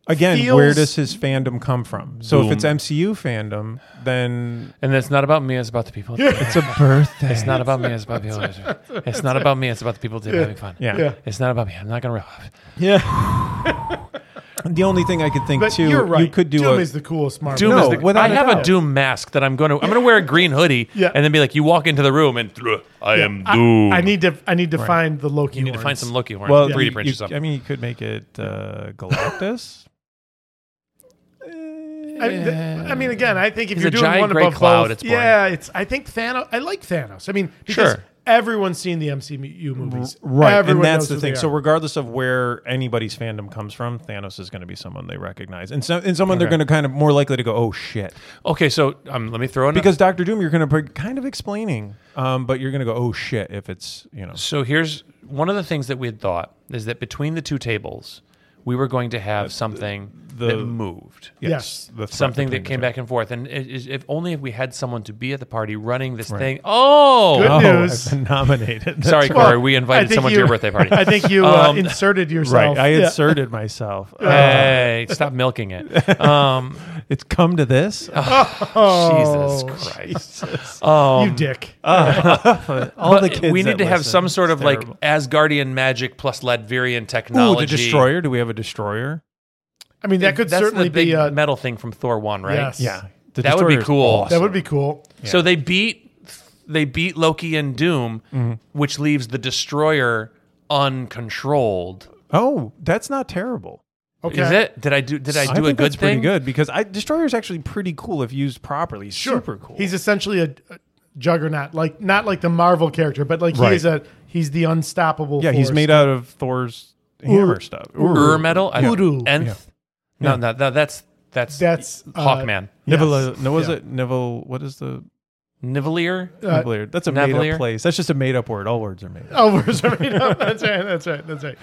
C: again, where
A: feels-
C: does his fandom come from? So if
B: Boom.
C: it's MCU fandom, then
B: and it's not about me. It's about the people.
C: it's a birthday.
B: It's not about me. It's about people. It's not about me. It's about the people that are having fun.
C: Yeah.
A: yeah.
B: It's not about me. I'm not gonna. re-
C: Yeah. the only thing I could think
A: But
C: too,
A: you're right.
C: you could do
A: Doom
C: a,
A: is the coolest Marvel.
B: Doom
C: No,
B: is the,
C: without
B: I
C: a
B: have a
C: doubt.
B: Doom mask that I'm going to. I'm going to wear a green hoodie
A: Yeah.
B: and then be like, you walk into the room and "Ugh, I am
A: I,
B: Doom.
A: I need to I need to find the Loki.
B: You need to find some Loki horns.
C: well,
B: 3D
C: you-
B: print
C: you-
B: yourself.
C: I mean, you could make it uh, Galactus.
A: I mean, th- I mean, again, I think if
B: He's
A: you're
B: a
A: doing
B: giant
A: one
B: gray
A: above
B: cloud,
A: both,
B: it's boring.
A: yeah, it's. I think Thanos. I like Thanos. I mean, because
B: Sure.
A: everyone's seen the MCU movies,
C: Right,
A: Everyone
C: and that's
A: knows
C: the
A: who
C: thing.
A: they
C: So
A: are.
C: regardless of where anybody's fandom comes from, Thanos is going to be someone they recognize, and so and someone they're going to kind of more likely to go, "Oh shit,"
B: okay, so um, let me throw in
C: because Doctor Doom, you're going to be kind of explaining, um, but you're going to go, "Oh shit," if it's you know
B: So here's one of the things that we had thought is that between the two tables, we were going to have something
C: Uh, the-
B: that moved.
A: Yes.
C: the threat
B: Something
C: between
B: that
C: the
B: came
C: two.
B: back and forth, and it is, if only if we had someone to be at the party running this thing. Oh,
A: Good
C: Oh,
A: news.
C: I've been nominated. That's
B: sorry,
C: right.
B: Corey, we
A: I
B: invited
A: think
B: someone
A: you-
B: to your birthday party.
A: I think you uh,
B: Um,
A: inserted yourself.
C: Right, I
A: Yeah.
C: inserted myself. Uh,
B: hey, stop milking it. Um,
C: it's come to this.
B: Uh,
A: Oh,
B: Jesus Christ. Um,
A: you dick.
C: All the
B: But
C: kids
B: we
C: that
B: need to have
C: listen,
B: some sort
C: it's
B: of
C: terrible.
B: like Asgardian magic plus Ladverian
C: Ooh,
B: technology.
C: the destroyer. Do we have a destroyer?
A: I mean, that could
B: That's
A: certainly
B: the big
A: be. Uh,
B: metal thing from Thor One, right?
A: Yes. Yeah.
C: The
B: That would be
C: Destroyer is
B: cool.
A: that would be cool.
B: So they beat they beat Loki and Doom, which leaves the destroyer uncontrolled.
C: Oh, that's not terrible.
A: Okay.
B: Is it? Did I do did I do a
C: think
B: good
C: that's
B: thing?
C: Pretty good because I Destroyer is actually pretty cool if used properly. He's
A: Sure.
C: Super cool.
A: He's essentially a, a juggernaut, like not like the Marvel character, but like
C: Right.
A: he is a. He's the unstoppable.
C: yeah, he's
A: force.
C: made out of Thor's hammer stuff.
B: Ur metal? I don't-
A: Voodoo.
B: Nth?
C: Yeah.
B: No, no, no, that's that's
A: That's, uh,
B: Hawkman.
C: Nivela, uh, no, was
A: Yeah.
C: it Nivel? What is the
B: Nivelier?
A: Uh,
C: Nivelier? That's a made
B: Navalier?
C: up place. That's just a made up word. All words are made up.
A: Oh, words are made up. That's right. That's right. That's right.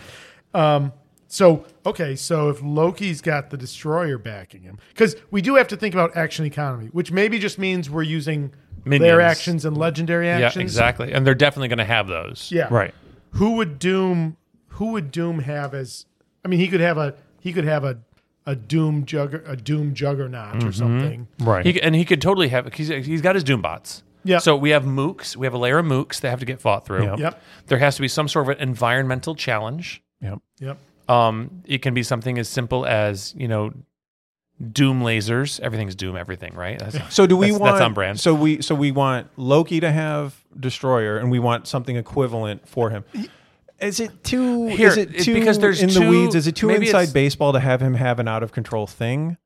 A: Um, so okay, so if Loki's got the destroyer backing him, because we do have to think about action economy, which maybe just means we're using their
B: Minions.
A: actions and legendary
B: Yeah,
A: actions.
B: exactly. And they're definitely gonna have those.
A: Yeah,
C: Right.
A: Who would Doom? Who would Doom have as? I mean, he could have a he could have a a Doom jugger a Doom juggernaut
C: Mm-hmm.
A: or something.
C: Right.
B: He, c- and he could totally have. He's, he's got his doom bots.
A: Yeah.
B: So we have mooks. We have a layer of mooks that have to get fought through.
C: Yep.
A: Yep.
B: There has to be some sort of an environmental challenge.
C: yep.
A: Yep.
B: Um, it can be something as simple as you know, doom lasers. Everything's doom. Everything, right? That's,
C: So do we
B: That's-
C: want
B: that's on brand.
C: So we so we want Loki to have Destroyer, and we want something equivalent for him. Is it too?
B: Here,
C: is it
B: it-
C: too
B: because there's
C: in the
B: two-
C: weeds? Is it too
B: maybe
C: inside
B: it's-
C: baseball to have him have an out of control thing?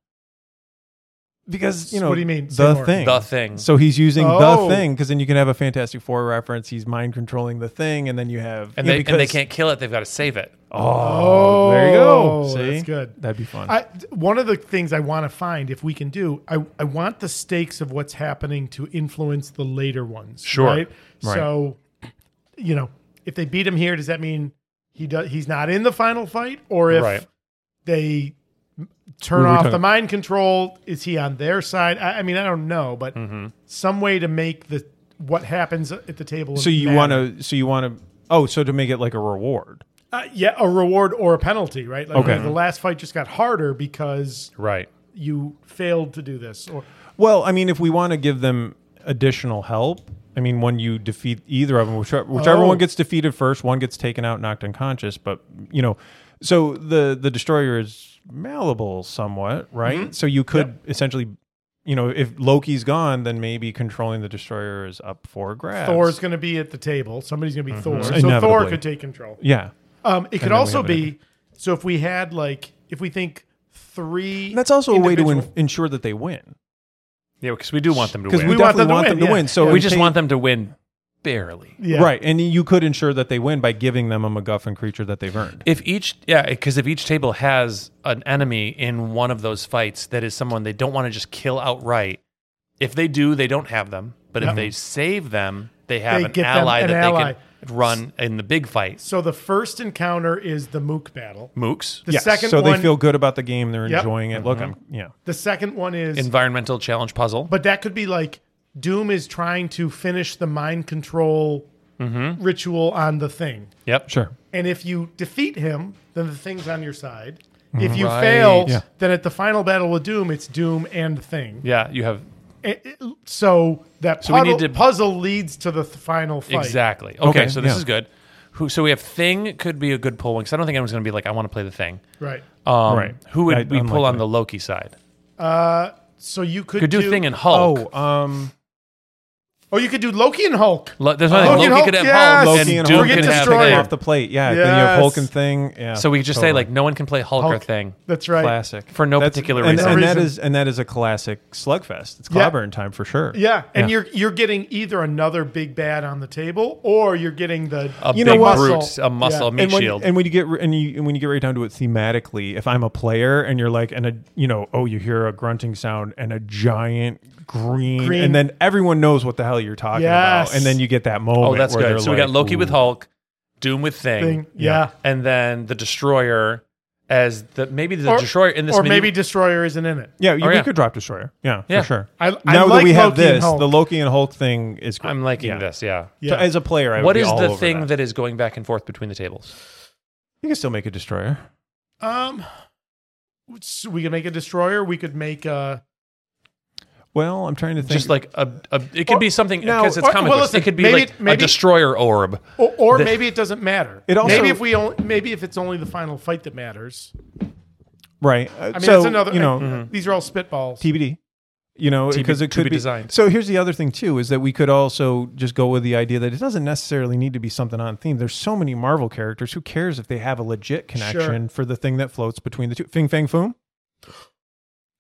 C: because you
A: So
C: know
A: what do you mean? Say
C: the
A: more.
C: thing
B: The Thing.
C: so he's using
A: Oh.
C: the thing because then you can have a fantastic four reference he's mind controlling the thing and then you have
B: and
C: yeah,
B: they and they
C: because-
B: can't kill it. They've got to save it.
C: oh, there you
A: Oh,
C: go see
A: that's good.
C: that'd be fun
A: I, one of the things I want to find, if we can do, I, I want the stakes of what's happening to influence the later ones.
B: Sure.
A: Right?
C: Right.
A: So, you know, if they beat him here, does that mean he does? He's not in the final fight, or if
B: Right.
A: they turn
C: We were
A: off the
C: talking-
A: mind control, is he on their side? I, I mean, I don't know, but
C: Mm-hmm.
A: some way to make the what happens at the table.
C: so you
A: matter.
C: want to so you want to oh so to make it like a reward
A: uh, yeah, a reward or a penalty, right? Like
C: Okay.
A: The last fight just got harder because
B: Right.
A: you failed to do this, or
C: Well, I mean, if we want to give them additional help, I mean, when you defeat either of them, whichever, whichever
A: Oh.
C: one gets defeated first, one gets taken out, knocked unconscious. But you know, so the the destroyer is malleable somewhat, right?
A: Mm-hmm.
C: So you could essentially, you know, if Loki's gone, then maybe controlling the destroyer is up for grabs.
A: Thor's going to be at the table. Somebody's going to be Thor. So Thor
C: Mm-hmm. Inevitably.
A: could take control.
C: yeah.
A: Um, it could
C: then we
A: also
C: have
A: be so if we had like if we think three.
C: And that's also a way to
A: individual-
C: in- ensure that they win
B: Yeah, because we do want them to
C: because
B: win.
C: we,
A: want
C: definitely
A: them to
C: want
A: win,
C: them to
A: yeah.
C: win. So
A: Yeah.
B: we,
C: in
B: just
C: case-
B: want them to win barely.
A: Yeah.
C: right, and you could ensure that they win by giving them a MacGuffin creature that they've earned.
B: If each, yeah, because if each table has an enemy in one of those fights that is someone they don't want to just kill outright, if they do, they don't have them. But if they save them, they have
A: They
B: an
A: get them
B: ally
A: an
B: that
A: ally.
B: they can run in the big fight.
A: So the first encounter is the Mook battle.
B: Mooks,
A: The second
C: so
A: one,
C: they feel good about the game. They're
A: Yep.
C: enjoying it.
B: Mm-hmm.
C: Look, I'm yeah.
A: the second one is,
B: environmental challenge puzzle.
A: but that could be like Doom is trying to finish the mind control
C: Mm-hmm.
A: ritual on the thing,
B: yep,
C: Sure.
A: and if you defeat him, then the thing's on your side. If you
B: Mm-hmm. Right.
A: fail,
C: Yeah.
A: then at the final battle with Doom, it's Doom and Thing.
B: Yeah, you have
A: it, it- so that
B: we
A: puddle-
B: need to-
A: puzzle leads to the th- final fight.
B: exactly. Okay,
C: Okay,
B: so this
C: yeah.
B: is good. Who, so we have thing could be a good pull one because I don't think anyone's going to be like I want to play the thing.
A: Right.
B: Um,
C: Right.
B: Who would
C: I-
B: we pull
C: unlikely.
B: on the Loki side?
A: Uh, So you could,
B: Could do, thing and Hulk.
C: Oh, um,
A: Oh, you could do Loki and Hulk.
B: Lo- there's
C: Oh,
B: nothing.
A: Loki
B: Loki,
A: and
B: could
A: Hulk,
B: have
A: yes!
B: Hulk,
A: Loki
B: and
A: and
B: Doom
A: Hulk.
B: could
A: Forget
B: have
A: Destroyer.
B: Thing.
C: off the plate. Yeah. Then you
A: Yes.
C: have Hulk and Thing. Yeah.
B: So we could just say
C: totally.
B: like no one can play Hulk, or
A: Hulk.
B: Thing.
A: That's right.
C: classic
B: For no particular
C: and,
B: reason.
C: And that
A: Reason.
C: is and that is a classic slugfest. It's
A: Yeah.
C: clobbering time for sure.
A: Yeah, and
C: Yeah.
A: you're you're getting either another big bad on the table, or you're getting the
B: A
C: You know
B: big
C: what?
B: brute, a muscle,
A: Yeah.
B: a meat
C: and when,
B: shield.
C: And when you get re- and, you, and when you get right down to it thematically, if I'm a player and you're like and a you know oh you hear a grunting sound and a giant green,
A: Green.
C: and then everyone knows what the hell you're talking
A: Yes.
C: about and then you get that moment.
B: oh, that's
C: where
B: good.
C: they're
B: So we
C: like,
B: got Loki with
C: ooh.
B: Hulk, Doom with Thing,
A: thing. Yeah.
B: and then the Destroyer as the maybe the
A: Or-
B: Destroyer in this
A: or
B: mini-
A: maybe Destroyer isn't in it.
C: Yeah, you,
B: Oh,
C: we
B: yeah.
C: could drop destroyer. Yeah,
B: Yeah.
C: for sure.
A: I- I
C: now
A: like
C: that we have
A: Loki and
C: this,
A: Hulk.
C: the Loki and Hulk thing is. Great.
B: I'm liking
C: Yeah.
B: this. Yeah.
A: Yeah.
C: So as a player, I would
B: What
C: be
B: is
C: all
B: the
C: over
B: thing
C: that.
B: that is going back and forth between the tables?
C: you can still make a destroyer?
A: Um, so we could make a destroyer. We could make a.
C: Well, I'm trying to think.
B: Just like a, a it could
C: Or-
B: be something
C: no,
B: because it's
A: or-
B: comic
A: well,
B: books.
A: listen,
B: It could be
A: maybe-
B: like
A: maybe-
B: a destroyer orb.
A: Or, or
B: The-
A: maybe it doesn't matter.
C: It also-
A: maybe if we only, maybe if it's only the final fight that matters.
C: right.
A: I
C: Uh,
A: mean,
C: so
A: that's another. uh,
C: you know mm-hmm.
A: these are all spitballs.
C: TBD. You know,
B: TB
C: because
B: Mm-hmm.
C: it
B: to
C: could
B: be designed.
C: So here's the other thing too is that we could also just go with the idea that it doesn't necessarily need to be something on theme. There's so many Marvel characters. Who cares if they have a legit connection for the thing that floats between the two? Fing Fang Foom.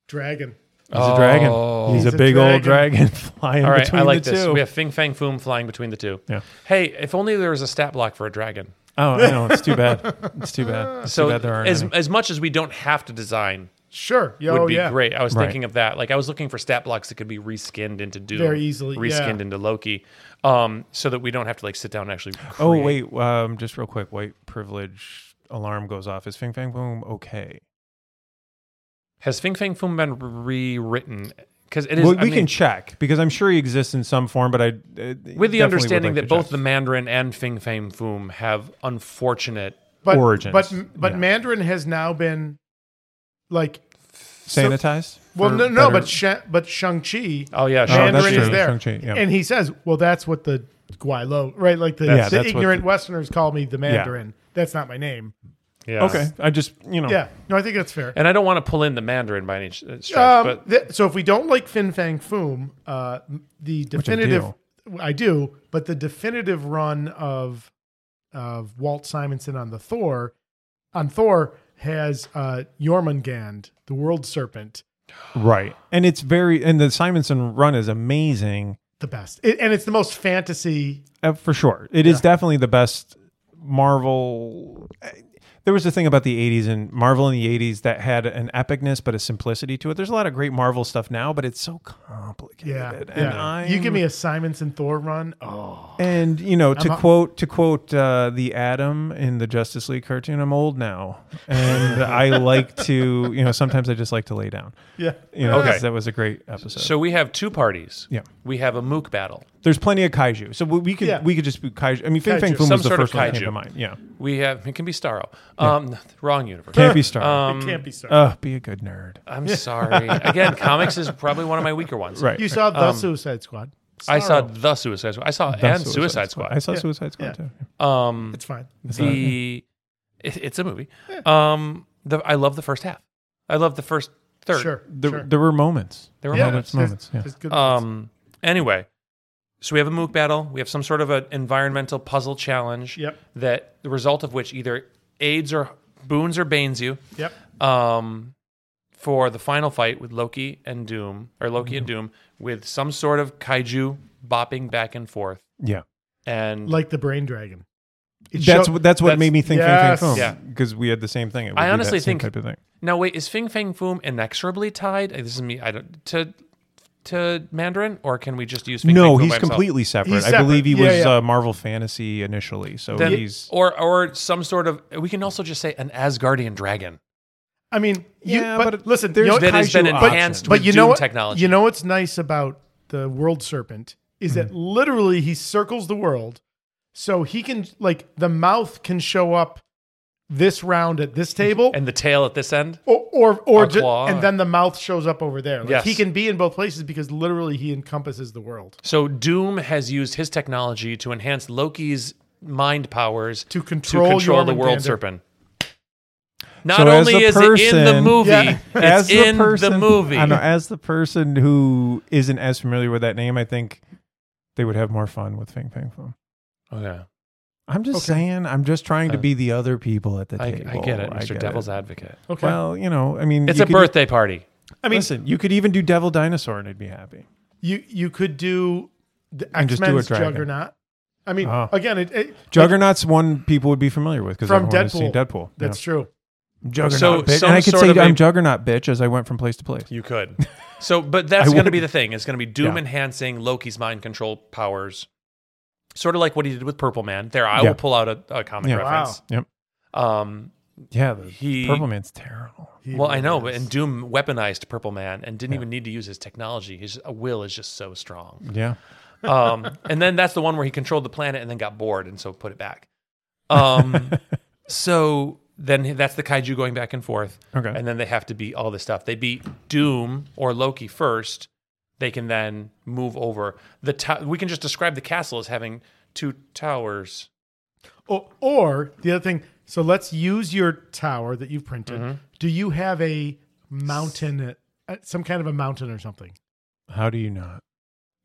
A: Dragon.
C: He's a dragon.
B: Oh.
C: He's,
A: He's
C: a
A: a
C: big old
A: dragon.
C: dragon flying
B: All right,
C: between
B: I like
C: the
B: this.
C: two.
B: We have Fing Fang Foom flying between the two.
C: Yeah.
B: Hey, if only there was a stat block for a dragon.
C: Oh, I know. It's too bad. It's too bad. It's
B: So
C: too bad there aren't
B: as
C: any.
B: as much as we don't have to design,
A: Sure. Yeah,
B: would
A: oh,
B: be
A: yeah.
B: great. I was
C: Right.
B: thinking of that. Like I was looking for stat blocks that could be reskinned into Doom,
A: Very easily,
B: reskinned
A: yeah.
B: into Loki, um, so that we don't have to like sit down and actually. Create.
C: Oh wait, um, just real quick. White privilege alarm goes off. Is Fing Fang Boom okay?
B: has Fing Fang Foom been rewritten? Because it is.
C: Well, we
B: I mean,
C: can check because I'm sure he exists in some form. But I, uh,
B: with the understanding that both the Mandarin and Fing Fang Foom have unfortunate.
A: But,
C: Origins.
A: But but
C: Yeah.
A: Mandarin has now been like
C: sanitized.
A: well
C: for
A: no no
C: better-
A: but Sha- but Shang Chi
B: Oh yeah, sure.
C: Oh, that's
A: Mandarin is
C: true.
A: there
C: Shang-Chi, yeah.
A: and he says well that's what the Guailo right like the,
C: Yeah,
A: the
C: that's what
A: ignorant
C: the-
A: Westerners call me the Mandarin that's not my name
B: Yeah.
C: okay, I just you know
A: yeah no I think that's fair
B: And I don't want to pull in the Mandarin by any uh, stretch,
A: um,
B: but
A: th- so if we don't like Fin Fang Foom uh, the
C: I
A: definitive I do but the definitive run of of Walt Simonson on the Thor on Thor has uh, Jormungand the World Serpent
C: Right. And it's very and the Simonson run is amazing.
A: The best, it, and it's the most fantasy.
C: Uh, for sure. it is definitely the best Marvel. uh, There was a thing about the 80s and Marvel in the 80s that had an epicness but a simplicity to it. There's a lot of great Marvel stuff now, but it's so complicated.
A: Yeah,
C: and
A: yeah.
C: I'm-
A: you give me a Simonson Thor run. Oh,
C: and you know to
A: I'm a-
C: quote to quote uh, the Adam in the Justice League cartoon. I'm old now, and I like to you know sometimes I just like to lay down.
A: yeah.
C: You know, 'cause
B: Okay.
C: that was a great episode.
B: So we have two parties.
C: Yeah.
B: We have a mook battle.
C: There's plenty of kaiju. So we, we could
A: Yeah.
C: we could just be kaiju. I mean, Fin Fang
A: Kaiju.
C: Foom
B: Some
C: was the
B: sort of
C: first one that came
B: kaiju.
C: to mind. Yeah,
B: We have it can be Starro. Um, wrong universe. Um,
C: can't be Star.
A: it can't be so.
C: Ugh, be a good nerd.
B: I'm sorry. Again, comics is probably one of my weaker ones.
C: Right.
A: you saw the Suicide Squad.
B: I saw
A: Sorrow.
B: the Suicide Squad. I saw
C: The
B: and Suicide, Squad.
C: I saw Suicide Squad
A: Yeah.
C: too.
B: Um,
A: It's fine.
B: the it- it's a movie. Um, the I love the first half. I love the first third.
A: Sure,
C: There,
A: sure.
C: there were moments.
B: There were
A: yeah,
B: moments.
C: moments, moments, yeah.
A: there's good ones.
B: Um, anyway, so we have a mook battle. We have some sort of an environmental puzzle challenge.
A: Yep.
B: That the result of which either aids or boons or banes you.
A: Yep.
B: um, for the final fight with Loki and Doom, or Loki and Doom, with some sort of kaiju bopping back and forth.
C: Yeah,
B: And
A: Like the Brain Dragon. It
C: that's
A: show-
C: what that's what
A: that's-
C: made me think
A: yes.
C: Fin Fang Foom.
B: Yeah.
C: because we had the same thing. It would
B: I
C: be that
B: honestly
C: same
B: think-
C: type of thing.
B: now, wait, is Fing Fang Foom inexorably tied? Uh, This is me. I don't to to Mandarin, or can we just use Fing Fang
C: No,
B: Foom by
C: he's
B: himself?
C: completely separate.
A: He's
C: I believe he
A: separate. Yeah,
C: was
A: yeah.
C: Uh, Marvel Fantasy initially, so
B: Then-
C: he's
B: or or some sort of. We can also just say an Asgardian dragon.
A: I mean, you,
C: Yeah,
A: but,
C: but
A: listen,
C: there's
A: you know,
B: that has been
C: kaiju option.
B: enhanced
A: but
B: with
A: you
B: Doom
A: know what?
B: technology.
A: You know what's nice about the World Serpent is that literally he circles the world, so he can like the mouth can show up this round at this table,
B: and the tail at this end.
A: or or, or
B: Or
A: ju-
B: claw.
A: and then the mouth shows up over there. Like,
B: Yes.
A: he can be in both places because literally he encompasses the world
B: So Doom has used his technology to enhance Loki's mind powers
A: to
B: to
A: control,
B: control, the
A: Jormungandr.
B: world serpent. Not
C: So as
B: only
C: the
B: is it in the
C: person-
B: movie,
A: Yeah.
B: it's in the movie.
C: I know, as the person who isn't as familiar with that name, I think they would have more fun with Fing Fang Foom. Oh,
B: Okay.
C: I'm just
A: Okay.
C: saying. I'm just trying to
B: Uh,
C: be the other people at the
B: I,
C: table.
B: I get it, Mr.
C: get
B: Devil's
C: it.
B: Advocate.
A: Okay,
C: Well, you know, I mean,
B: It's
C: you
B: a
C: could-
B: birthday party.
A: I mean,
C: listen, you could even do Devil Dinosaur, and I'd be happy.
A: you you could do the
C: And
A: X
C: just do a
A: Men's
C: dragon.
A: Juggernaut. I mean,
C: Oh.
A: again, it, it
C: Juggernaut's one people would be familiar with because
A: From
C: everyone has seen Deadpool.
A: that's true.
C: yeah. Juggernaut,
B: So,
C: bitch.
B: some
C: and I could
B: sort
C: say
B: of a-
C: I'm Juggernaut, bitch, as I went from place to place.
B: You could. So, but that's
C: I
B: going to
C: would.
B: be the thing. It's going to be Doom
C: Yeah.
B: enhancing Loki's mind control powers, sort of like what he did with Purple Man. There, I
C: Yeah.
B: will pull out a, a comic
C: Yeah.
B: reference.
C: Yep.
B: Um,
C: Yeah, the
B: He-
C: Purple Man's terrible.
A: He
B: well, I know,
A: really is.
B: and Doom weaponized Purple Man and didn't even need to use his technology. His uh, will is just so strong.
C: Yeah.
B: Um, and then that's the one where he controlled the planet and then got bored and so put it back. Um, so then that's the kaiju going back and forth.
C: Okay.
B: And then they have to beat all this stuff. They beat Doom or Loki first. They can then move over the. To- we can just describe the castle as having two towers.
A: Or, Oh, or the other thing, so let's use your tower that you printed.
B: Mm-hmm.
A: Do you have a mountain, uh, some kind of a mountain or something?
C: How do you not?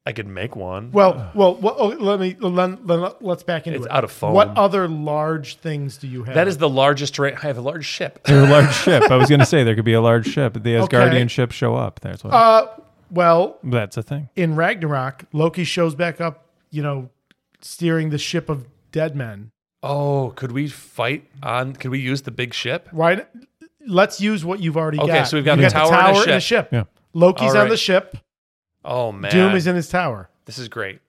B: I could make one.
A: Well, well, well oh, let me let, let, us back into
B: It's
A: it.
B: out of foam.
A: What other large things do you have?
B: that is the largest terrain. I have a large ship.
C: They're a large ship. I was going to say there could be a large ship. The Asgardian
A: Okay.
C: ships show up. That's what.
A: uh, well,
C: that's a thing.
A: in Ragnarok, Loki shows back up. You know, steering the ship of dead men.
B: Oh, could we fight on? Could we use the big ship?
A: Why? Let's use what you've already
B: Okay,
A: got.
B: so we've got
A: You
B: a tower and a
A: the
B: ship.
C: Yeah.
A: Loki's
B: All
A: on
B: right.
A: the ship.
B: Oh man,
A: Doom is in his tower.
B: this is great.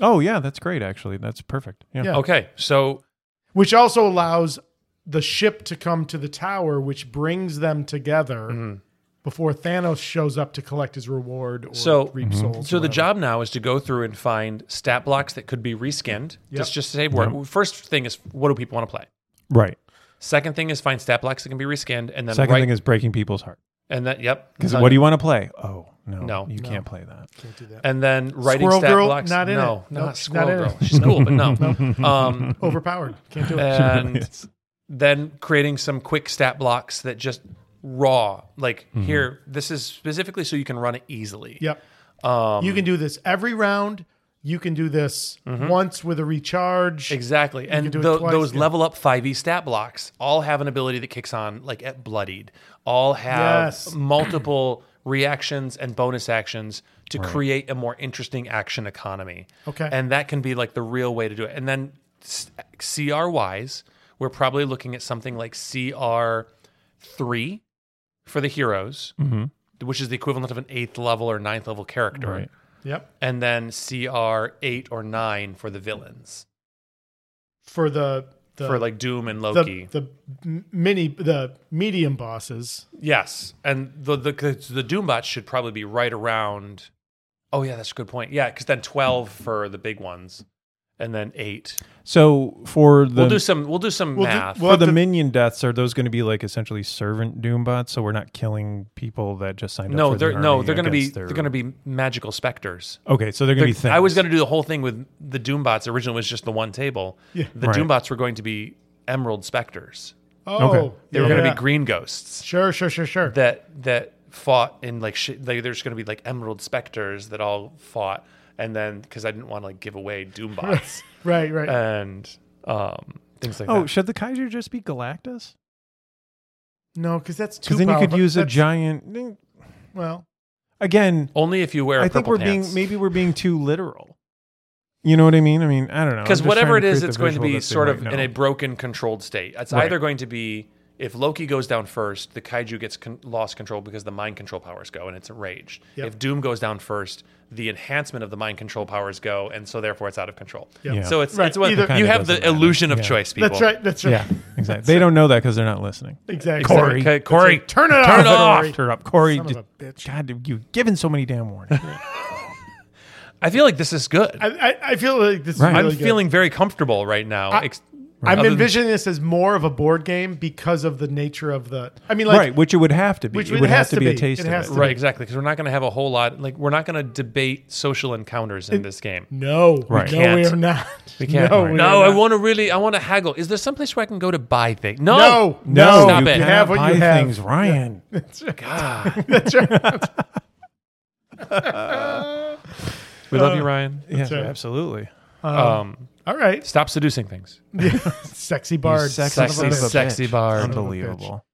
C: Oh yeah, that's great. Actually, that's perfect. Yeah.
A: Yeah.
B: Okay, so
A: which also allows the ship to come to the tower, which brings them together before Thanos shows up to collect his reward or
B: So-
A: reap
C: Mm-hmm.
A: souls.
B: So
A: or
B: the
A: whatever.
B: job now is to go through and find stat blocks that could be reskinned. Just just to save work. First thing is what do people want to play?
C: Right.
B: Second thing is find stat blocks that can be reskinned, and then
C: Second
B: right
C: thing is breaking people's heart.
B: and then yep.
C: Because
B: Uh,
C: what do you want to play? Oh no,
B: No.
C: you can't play that.
A: Can't do that.
B: and then writing
A: Squirrel
B: stat
A: Girl,
B: blocks.
A: not in
B: no,
A: it.
B: no,
A: Nope,
B: not
A: she's
B: Squirrel
A: not in
B: Girl.
A: it.
B: She's cool, but no. Um,
A: Overpowered. Can't do it.
B: and then creating some quick stat blocks that just raw like here. This is specifically so you can run it easily.
A: Mm-hmm. yep.
B: Um,
A: you can do this every round. You can do this
B: Mm-hmm.
A: once with a recharge.
B: Exactly. And
A: do it
B: tho-
A: twice,
B: those
A: yeah.
B: level up 5e stat blocks all have an ability that kicks on like at bloodied. All have
A: Yes.
B: multiple reactions and bonus actions to create a more interesting action economy.
A: Okay.
B: And that can be like the real way to do it. And then s- CR wise, we're probably looking at something like CR three for the heroes,
A: Mm-hmm.
B: which is the equivalent of an eighth level or ninth level character,
C: Right.
A: Yep.
B: and then CR eight or nine for the villains
A: For the the
B: for like Doom and
A: the,
B: Loki.
A: the m- mini the medium bosses.
B: yes, and the the the Doombots should probably be right around. Oh yeah, that's a good point. Yeah, because then twelve for the big ones, and then eight.
C: So for the
B: We'll do some. We'll do some
A: We'll do-
B: math.
A: we'll-
C: for the
A: the-
C: minion deaths, are those going to be like essentially servant Doombots? So we're not killing people that just signed up.
B: no,
C: for the
B: they're no,
C: army
B: they're going to be
C: against their-
B: they're going to be magical specters.
C: Okay, so they're going to be.
B: They're-
C: Things.
B: I was going to do the whole thing with the Doombots. Originally, was just the one table.
A: Yeah.
B: The
C: Right.
B: Doombots were going to be Emerald Specters.
A: Oh,
C: Okay.
B: They were going to
A: yeah.
B: be green ghosts
A: Sure, sure, sure, sure.
B: that that fought in like sh- they, there's going to be like Emerald Specters that all fought, and then because I didn't want to like give away Doombots
A: right,
B: Uh,
A: right.
B: and um, things like
C: Oh,
B: that.
C: should the Kaiser just be Galactus?
A: no, because that's too.
C: Because then you could
A: powerful.
C: use a
A: That's-
C: giant.
A: Well,
C: Again,
B: Only if you wear.
C: I
B: purple
C: think we're
B: pants.
C: being maybe we're being too literal. You know what I mean? I mean, I don't know. I'm
B: because
C: just
B: whatever
C: trying
B: it
C: to
B: is,
C: create
B: it's
C: the
B: going to
C: visual
B: be
C: that they
B: sort of
C: might
B: in
C: know.
B: a broken, controlled state. It's
C: Right.
B: either going to be if Loki goes down first, the kaiju gets con- lost control because the mind control powers go and it's enraged.
A: Yep.
B: If Doom goes down first, the enhancement of the mind control powers go, and so therefore it's out of control.
A: Yeah.
B: So it's,
A: Right.
B: it's what
A: Either-
B: you
C: Kinda
B: have the
C: doesn't matter.
B: illusion of
C: Yeah.
B: choice, people.
A: that's right. That's right.
C: yeah, exactly. They don't know that because they're not listening.
A: Exactly.
B: Exactly.
C: Corey.
B: Okay, Corey,
A: Turn it
B: Turn
A: off,
B: it off.
A: Corey.
C: Turn up, Corey.
A: Son of
C: just-
A: a bitch.
C: God, you've given so many damn warnings.
B: I feel like this is good. I,
A: I, I, I feel like this.
C: Right.
A: Is
B: am
A: really good.
B: feeling very comfortable right now. ex-
A: I'm
B: Other than-
A: envisioning this as more of a board game because of the nature of the. I mean, like
C: right, which it would have to be.
A: Which
C: it would have to be, a taste
A: It
C: of
A: has
C: it.
A: to be.
B: right, exactly. Because we're not going to have a whole lot. Like we're not going to debate social encounters in this game.
A: no,
C: Right.
A: no,
B: Can't.
A: we are not.
B: We can't.
A: No,
B: No,
A: we are
B: I
A: not.
B: want to really. I want to haggle. Is there someplace where I can go to buy things? No,
A: No,
B: no.
A: no,
B: Stop
A: you
B: it.
A: can't. have what
C: buy
A: you have.
C: things, Ryan.
B: God.
A: That's right.
B: We love you, Ryan.
C: Yes,
A: right.
C: absolutely. Uh-huh.
B: Um,
A: All right,
B: stop seducing things.
A: sexy bard, son
B: sexy
A: of a
B: son
A: bitch.
B: of a sexy bard.
C: Unbelievable.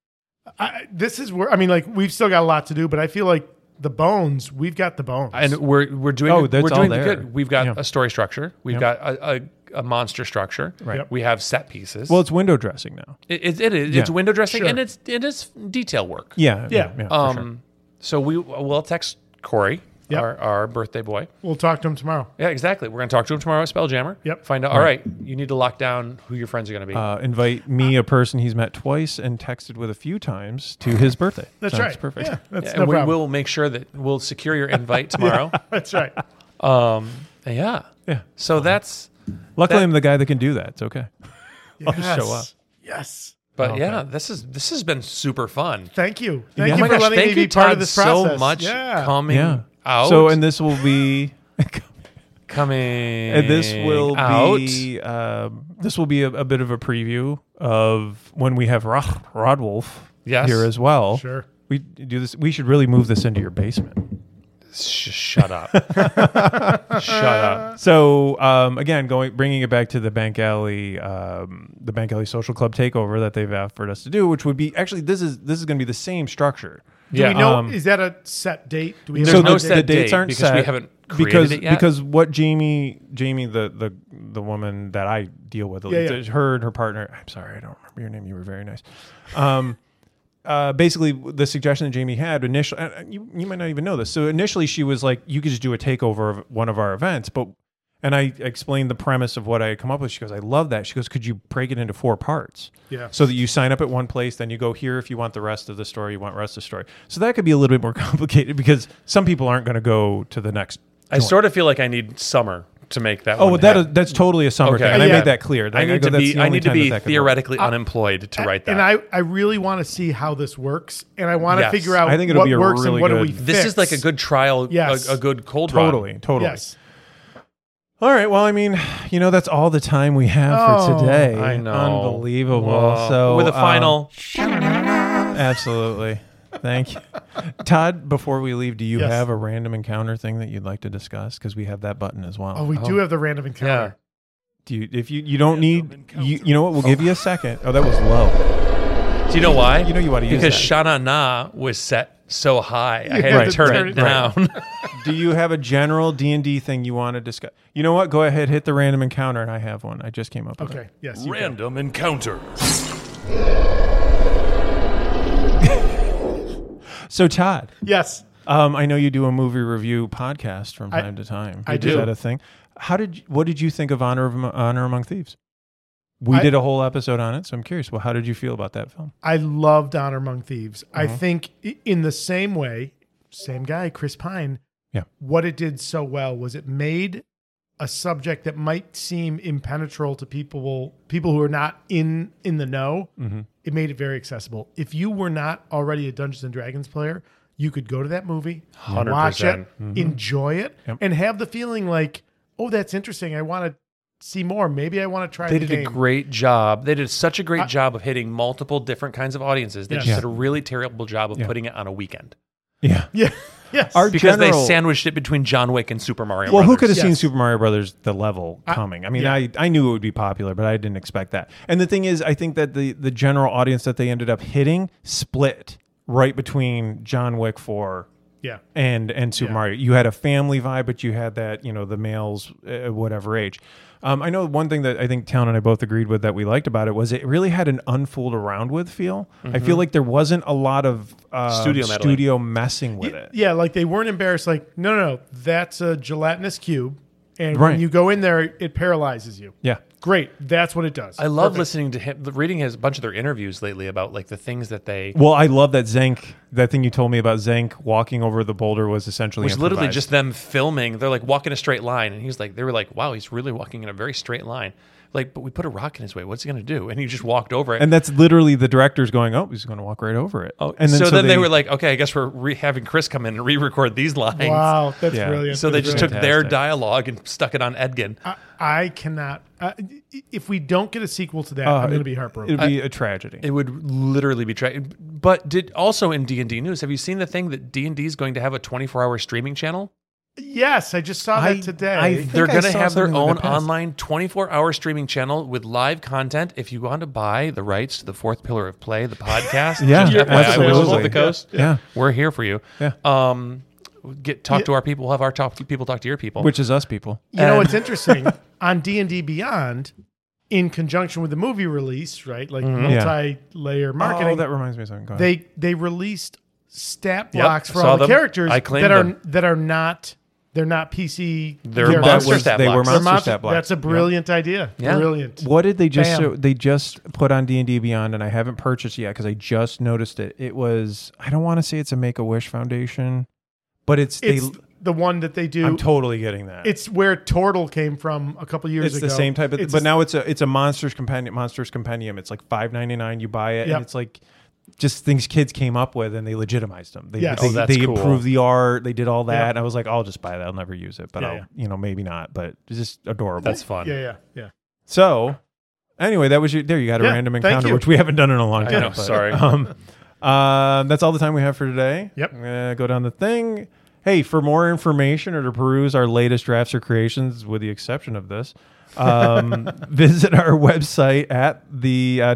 A: I, this is where I mean, like we've still got a lot to do, but I feel like the bones. We've got the bones.
B: And we're we're doing.
C: Oh, that's
B: we're
C: all
B: doing
C: there.
B: good. We've got
C: Yeah.
B: a story structure. We've
C: Yeah.
B: got a, a, a monster structure.
C: Right.
A: Yep.
B: We have set pieces.
C: Well, it's window dressing now.
B: it, it, it is. It's
C: Yeah.
B: window dressing
A: Sure.
B: and it's it is detail work.
C: Yeah,
A: Yeah.
C: yeah, for
B: Um.
C: sure.
B: So we will text Corey,
A: Yep.
B: our our birthday boy.
A: we'll talk to him tomorrow.
B: Yeah, exactly. We're going to talk to him tomorrow at Spelljammer.
A: Yep.
B: Find out. All right, you need to lock down who your friends are going to be.
C: Uh, invite me, a person he's met twice and texted with a few times, to his birthday.
A: That's
C: Sounds
A: right.
C: Perfect.
A: Yeah, that's
B: and
A: no
B: we
A: problem.
B: will make sure that we'll secure your invite tomorrow.
A: That's right.
B: Um, yeah.
C: Yeah.
B: So that's,
C: Luckily,
B: That-
C: I'm the guy that can do that. It's okay.
A: Yes.
C: just show up.
A: Yes.
B: but
C: Okay.
B: yeah, this is this has been super fun.
A: Thank you.
C: Yeah.
A: Thank
C: Oh
A: you
B: my
A: for
B: gosh,
A: letting
B: thank
A: me
B: you,
A: be part
B: Todd,
A: of this process.
B: so much
A: Yeah.
B: coming
C: Yeah.
B: out.
C: So, and this will be.
B: coming.
C: And this will
B: out.
C: be um, this will be a, a bit of a preview of when we have Rod, Rodwolf
B: Yes.
C: here as well.
A: Sure.
C: We do this. We should really move this into your basement.
B: Sh- shut up. shut up.
C: So um, again, going bringing it back to the Bank Alley, um, the Bank Alley Social Club takeover that they've offered us to do, which would be actually this is this is going to be the same structure.
A: Do
B: Yeah.
A: we know?
C: um,
A: is that a set date? Do we?
B: There's
A: have a
B: no
A: date?
B: set
C: the dates
B: date
C: aren't
B: because
C: set
B: we haven't created
C: because
B: it yet.
C: because what Jamie Jamie the the the woman that I deal with
A: Yeah, yeah.
C: her and her partner I'm sorry I don't remember your name you were very nice um uh basically the suggestion that Jamie had initially uh, you you might not even know this so initially she was like you could just do a takeover of one of our events but and I explained the premise of what I had come up with. She goes, I love that. She goes, Could you break it into four parts?
A: Yeah.
C: So that you sign up at one place, then you go here if you want the rest of the story, you want rest of the story. So that could be a little bit more complicated because some people aren't going to go to the next.
B: I sort of feel like I need summer to make that.
C: Oh,
B: one
C: that is,
B: happen.
C: that's totally a summer
B: Okay.
C: thing. And
A: Yeah.
C: I made that clear.
B: I need to
C: go, "That's
B: be.
C: the
B: I
C: only
B: need to
C: time
B: be
C: that that could work."
B: theoretically unemployed to write that.
A: And I, I really want to see how this works, and I want to
B: Yes.
A: figure out
C: I think it'll
A: what
C: be a
A: works and
C: really
A: what do
C: good-
A: we.
B: This
A: fix.
B: is like a good trial,
A: Yes.
B: a, a good cold run.
C: Totally, totally.
A: Yes.
C: All right. Well, I mean, you know, that's all the time we have
A: Oh,
C: for today.
B: I know.
C: Unbelievable.
B: Whoa.
C: So
B: with a
C: um,
B: final,
C: Absolutely. Thank you. Todd, before we leave, do you
A: Yes.
C: have a random encounter thing that you'd like to discuss? Because we have that button as well.
A: Oh, we
B: Uh-huh.
A: do have the random encounter.
C: do you, if you, you don't need, you, you know what? We'll give you a second. Oh, that was low.
B: do you know why?
C: You know you oughta use
B: because
C: that.
B: Shana Na was set so high. I had
A: had
B: to
A: to
B: turn,
A: turn
B: it
A: it
B: down.
C: Do you have a general D and D thing you want to discuss? You know what? Go ahead, hit the random encounter, and I have one. I just came up. With it.
A: Okay. Yes. you can.
B: Random encounter.
C: So Todd,
A: Yes.
C: um, I know you do a movie review podcast from
A: I-
C: time to time.
A: I
C: Is
A: do.
C: that a thing? How did? You, what did you think of Honor of Honor Among Thieves? We
A: I-
C: did a whole episode on it, so I'm curious. Well, how did you feel about that film?
A: I loved Honor Among Thieves. I think i- in the same way, same guy, Chris Pine.
C: Yeah.
A: What it did so well was it made a subject that might seem impenetrable to people people who are not in in the know. It made it very accessible. If you were not already a Dungeons and Dragons player, you could go to that movie, watch it,
B: 100%.
A: enjoy it,
C: Yep.
A: and have the feeling like, oh, that's interesting. I want to see more. Maybe I want to try.
B: They
A: the
B: did a
A: game.
B: great job. They did such a great job of hitting multiple different kinds of audiences. They
A: Yes.
B: just
A: Yeah.
B: did a really terrible job of
C: Yeah.
B: putting it on a weekend
C: Yeah.
A: Yeah. Yes.
C: Our
B: because
C: general-
B: they sandwiched it between John Wick and Super Mario.
C: Well, who
B: Brothers.
C: could have seen
A: Yes.
C: Super Mario Brothers the level coming? I mean,
A: yeah.
C: I, I knew it would be popular, but I didn't expect that. And the thing is, I think that the the general audience that they ended up hitting split right between John Wick Four
A: yeah.
C: and and Super
A: Yeah.
C: Mario. You had a family vibe, but you had that you know the males uh, whatever age. Um, I know one thing that I think Town and I both agreed with that we liked about it was it really had an unfooled around with feel. I
A: Mm-hmm.
C: feel like there wasn't a lot of uh,
B: Studio meddling.
C: studio messing with it.
A: Yeah, like they weren't embarrassed. Like, no, no, no, that's a gelatinous cube, and
C: Right.
A: when you go in there, it paralyzes you.
C: Yeah,
A: Great, that's what it does.
B: I love listening to him, reading his a bunch of their interviews lately about like the things that they
C: Well, I love that Zank. That thing you told me about Zank walking over the boulder was essentially
B: was literally
C: improvised.
B: just them filming. They're like walking a straight line, and he's like, they were like, wow, he's really walking in a very straight line. Like, but we put a rock in his way. What's he gonna do? And he just walked over it.
C: and that's literally the directors going, "Oh, he's going to walk right over it."
B: oh,
C: and
B: so, then they, were like, okay, I guess we're re- having Chris come in and re-record these lines.
A: Wow, that's
C: Yeah.
A: brilliant.
B: So they
A: That's
B: just
A: brilliant.
B: took their
C: Fantastic.
B: dialogue and stuck it on Edgin.
A: I, I cannot. I if we don't get a sequel to that, I'm going to be heartbroken.
C: Uh, It'd be a tragedy.
B: It would literally be tra- but did also in D&D news, have you seen the thing that D&D is going to have a 24-hour streaming channel?
A: yes, I just saw
C: I-
A: that today.
C: I think
B: They're going to
C: saw
B: have their
C: something like
B: own
C: that pass.
B: online 24-hour streaming channel with live content. If you want to buy the rights to the Fourth Pillar of Play, the podcast,
C: Yeah,
B: just FYI,
A: absolutely.
B: Wizards of the Coast,
C: Yeah.
B: we're here for you.
C: Yeah.
B: Um, get talk to our people. We'll have our talk people talk to your people.
C: Which is us people.
A: you know, it's interesting on D and D Beyond, in conjunction with the movie release, right? Like
C: Mm-hmm. Yeah.
A: multi-layer marketing.
C: Oh, that reminds me of something. Go ahead.
A: they they released stat
B: Yep,
A: blocks for
B: saw
A: all the
B: them.
A: characters
B: I
A: that
B: claimed
A: are
B: them.
A: that are not they're not PC.
B: They're
A: characters.
C: that
B: monster
C: was,
B: stat
C: they were
B: blocks.
A: They're
C: monster
A: monster-
C: stat blocks.
A: That's a brilliant idea.
B: Yeah.
A: Brilliant.
C: What did they just?
A: Bam.
C: so they just put on D and D Beyond, and I haven't purchased yet because I just noticed it. It was I don't want to say it's a Make a Wish Foundation, but it's,
A: It's
C: they.
A: the one that they do.
C: I'm totally getting that.
A: it's where Tortle came from a couple years
C: it's
A: ago.
C: the same type of
A: It's
C: but
A: a-
C: now it's a it's a monsters compendium monsters compendium it's like 5.99 you buy it
A: Yep.
C: and it's like just things kids came up with and they legitimized them they,
A: Yes.
C: they,
A: Oh,
B: that's
C: they
B: cool.
C: improved the art they did all that
A: Yep.
C: and i was like i'll just buy that i'll never use it but
A: Yeah,
C: i'll
A: yeah.
C: you know maybe not but it's just adorable
B: that's fun.
A: Yeah, yeah, yeah.
C: so anyway that was your there you got a
A: Yeah,
C: random
A: thank
C: encounter
A: you.
C: which we haven't done in a long
B: I
C: time
B: know,
C: but,
B: sorry.
C: um, uh, that's all the time we have for today
A: Yep.
C: I'm gonna go down the thing hey for more information or to peruse our latest drafts or creations with the exception of this um, visit our website at the uh,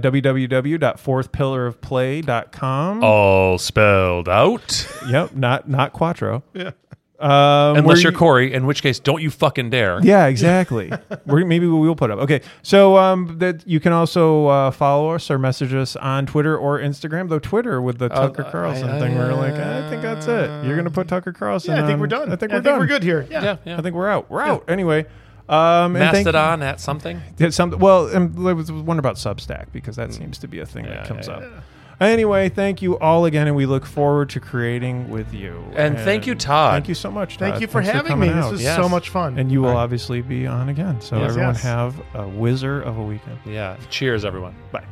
C: www.fourthpillarofplay.com.
B: All spelled out.
C: Yep, not not Quattro.
A: Yeah.
C: Um, where
B: Unless
C: you-
B: you're Corey, in which case, don't you fucking dare.
C: Yeah, exactly. We're, maybe we will put up. Okay, so um, that you can also uh, follow us or message us on Twitter or Instagram. Though Twitter with the Tucker Carlson
B: I-
C: thing, we're
B: I-
C: like, I think that's it. You're gonna put Tucker Carlson.
A: Yeah, I think
C: on-
A: we're done.
C: I think we're done.
A: good here. Yeah.
B: Yeah, yeah.
C: I think we're out. We're out anyway. Um, and thank-
B: Mastodon at something.
C: Yeah, some, well, and there was one about Substack because that seems to be a thing
B: Yeah,
C: that comes
B: yeah,
C: up. Anyway, thank you all again, and we look forward to creating with you.
B: And thank you, Todd.
C: Thank you so much.
A: Thank
C: Todd.
A: you for
C: Uh, Thanks
A: having me.
C: coming out.
A: This was
B: Yes.
A: so much fun.
C: and you will obviously be on again. So
A: Yes,
C: everyone
A: yes.
C: have a whizzer of a weekend.
B: Yeah. Cheers, everyone.
C: Bye.